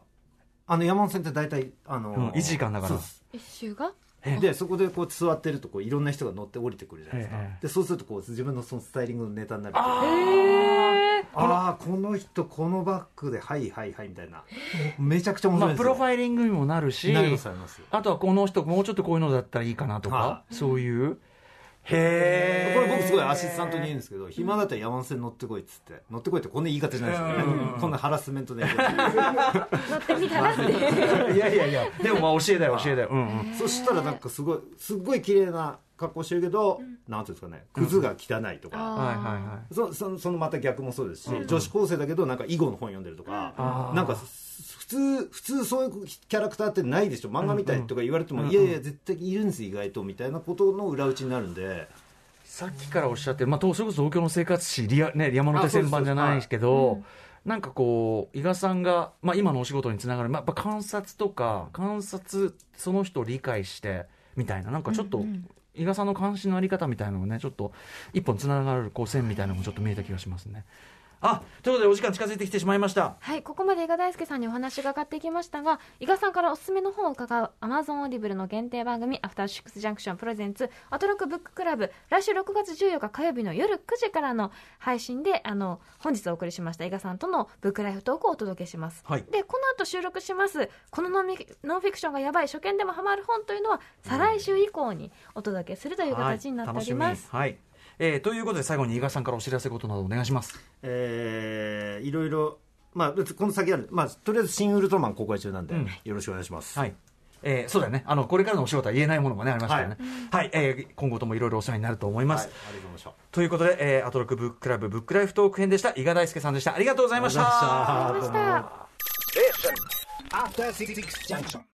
D: あの山手線って大体あの、
B: うん一時間だから
D: そうです
C: 一周が
D: でそこでこう座ってるとこういろんな人が乗って降りてくるじゃないですか、
B: え
D: でそうするとこう自分のそのスタイリングのネタにな る
E: え
D: ああーこの人このバッグではいはいはいみたいなめちゃくちゃ面白い
B: まあ、
D: です
B: プロフ
D: イ
B: ァイリングにもなるし
D: なりますなります
B: あとはこの人もうちょっとこういうのだったらいいかなとか、
D: は
B: そういうへえ
D: これ僕すごいアシスタントに言うんですけど、暇だったら山手線乗ってこいっつって乗ってこいってこんな言い方じゃないですよねこんなハラスメントで
E: 乗ってみたらって
B: いやいやいやでもまあ教えだよ教えだよ、うんうん、
D: そしたらなんかすごいすごい綺麗な格好してるけど、なんていうんですかねクズが汚いとか、
B: はいはいはい
D: そそのそのまた逆もそうですし、女子高生だけどなんか囲碁の本読んでるとか、なんかす普通普通そういうキャラクターってないでしょ漫画みたいとか言われても、いやいや絶対いるんです意外とみたいなことの裏打ちになるんで
B: さっきからおっしゃってる、まあ、とそれこそ東京の生活史リア、ね、山手線版じゃないですけど、なんかこう、伊賀さんが、まあ、今のお仕事につながる、まあ、やっぱ観察とか、観察、その人を理解して、みたいな、なんかちょっと、伊賀さんの関心のあり方みたいなのもね、ちょっと、一本つながるこう線みたいなのもちょっと見えた気がしますね。あということで、お時間近づいてきてしまいました。
C: はい、ここまで伊賀大輔さんにお話伺ってきましたが、伊賀さんからおすすめの本を伺う Amazon オーディブルの限定番組、アフターシックスジャンクションプレゼンツ、アトロックブッククラブ、来週6月14日火曜日の夜9時からの配信で、あの、本日お送りしました伊賀さんとのブックライフトークをお届けします。
B: はい
C: で、この後収録します、このノンミノンフィクションがやばい、初見でもハマる本というのは、再来週以降にお届けするという形になっております。
B: はい。楽しみにはいえーということで、最後に伊賀さんからお知らせことなどお願いします。
D: えーいろいろ、まあ、この先ある、まあ、とりあえず「新ウルトラマン」公開中なんで、よろしくお願いします、
B: はい。えーそうだよね。あの、これからのお仕事は言えないものもね、ありますからね。はい。えー今後ともいろいろお世話になると思います。
D: はいありがとうございました
B: ということで、えーアトロックブッククラブブックライフトーク編でした。伊賀大輔さんでした。ありがとうございました。
C: ありがとうございました。
G: After Six Junction.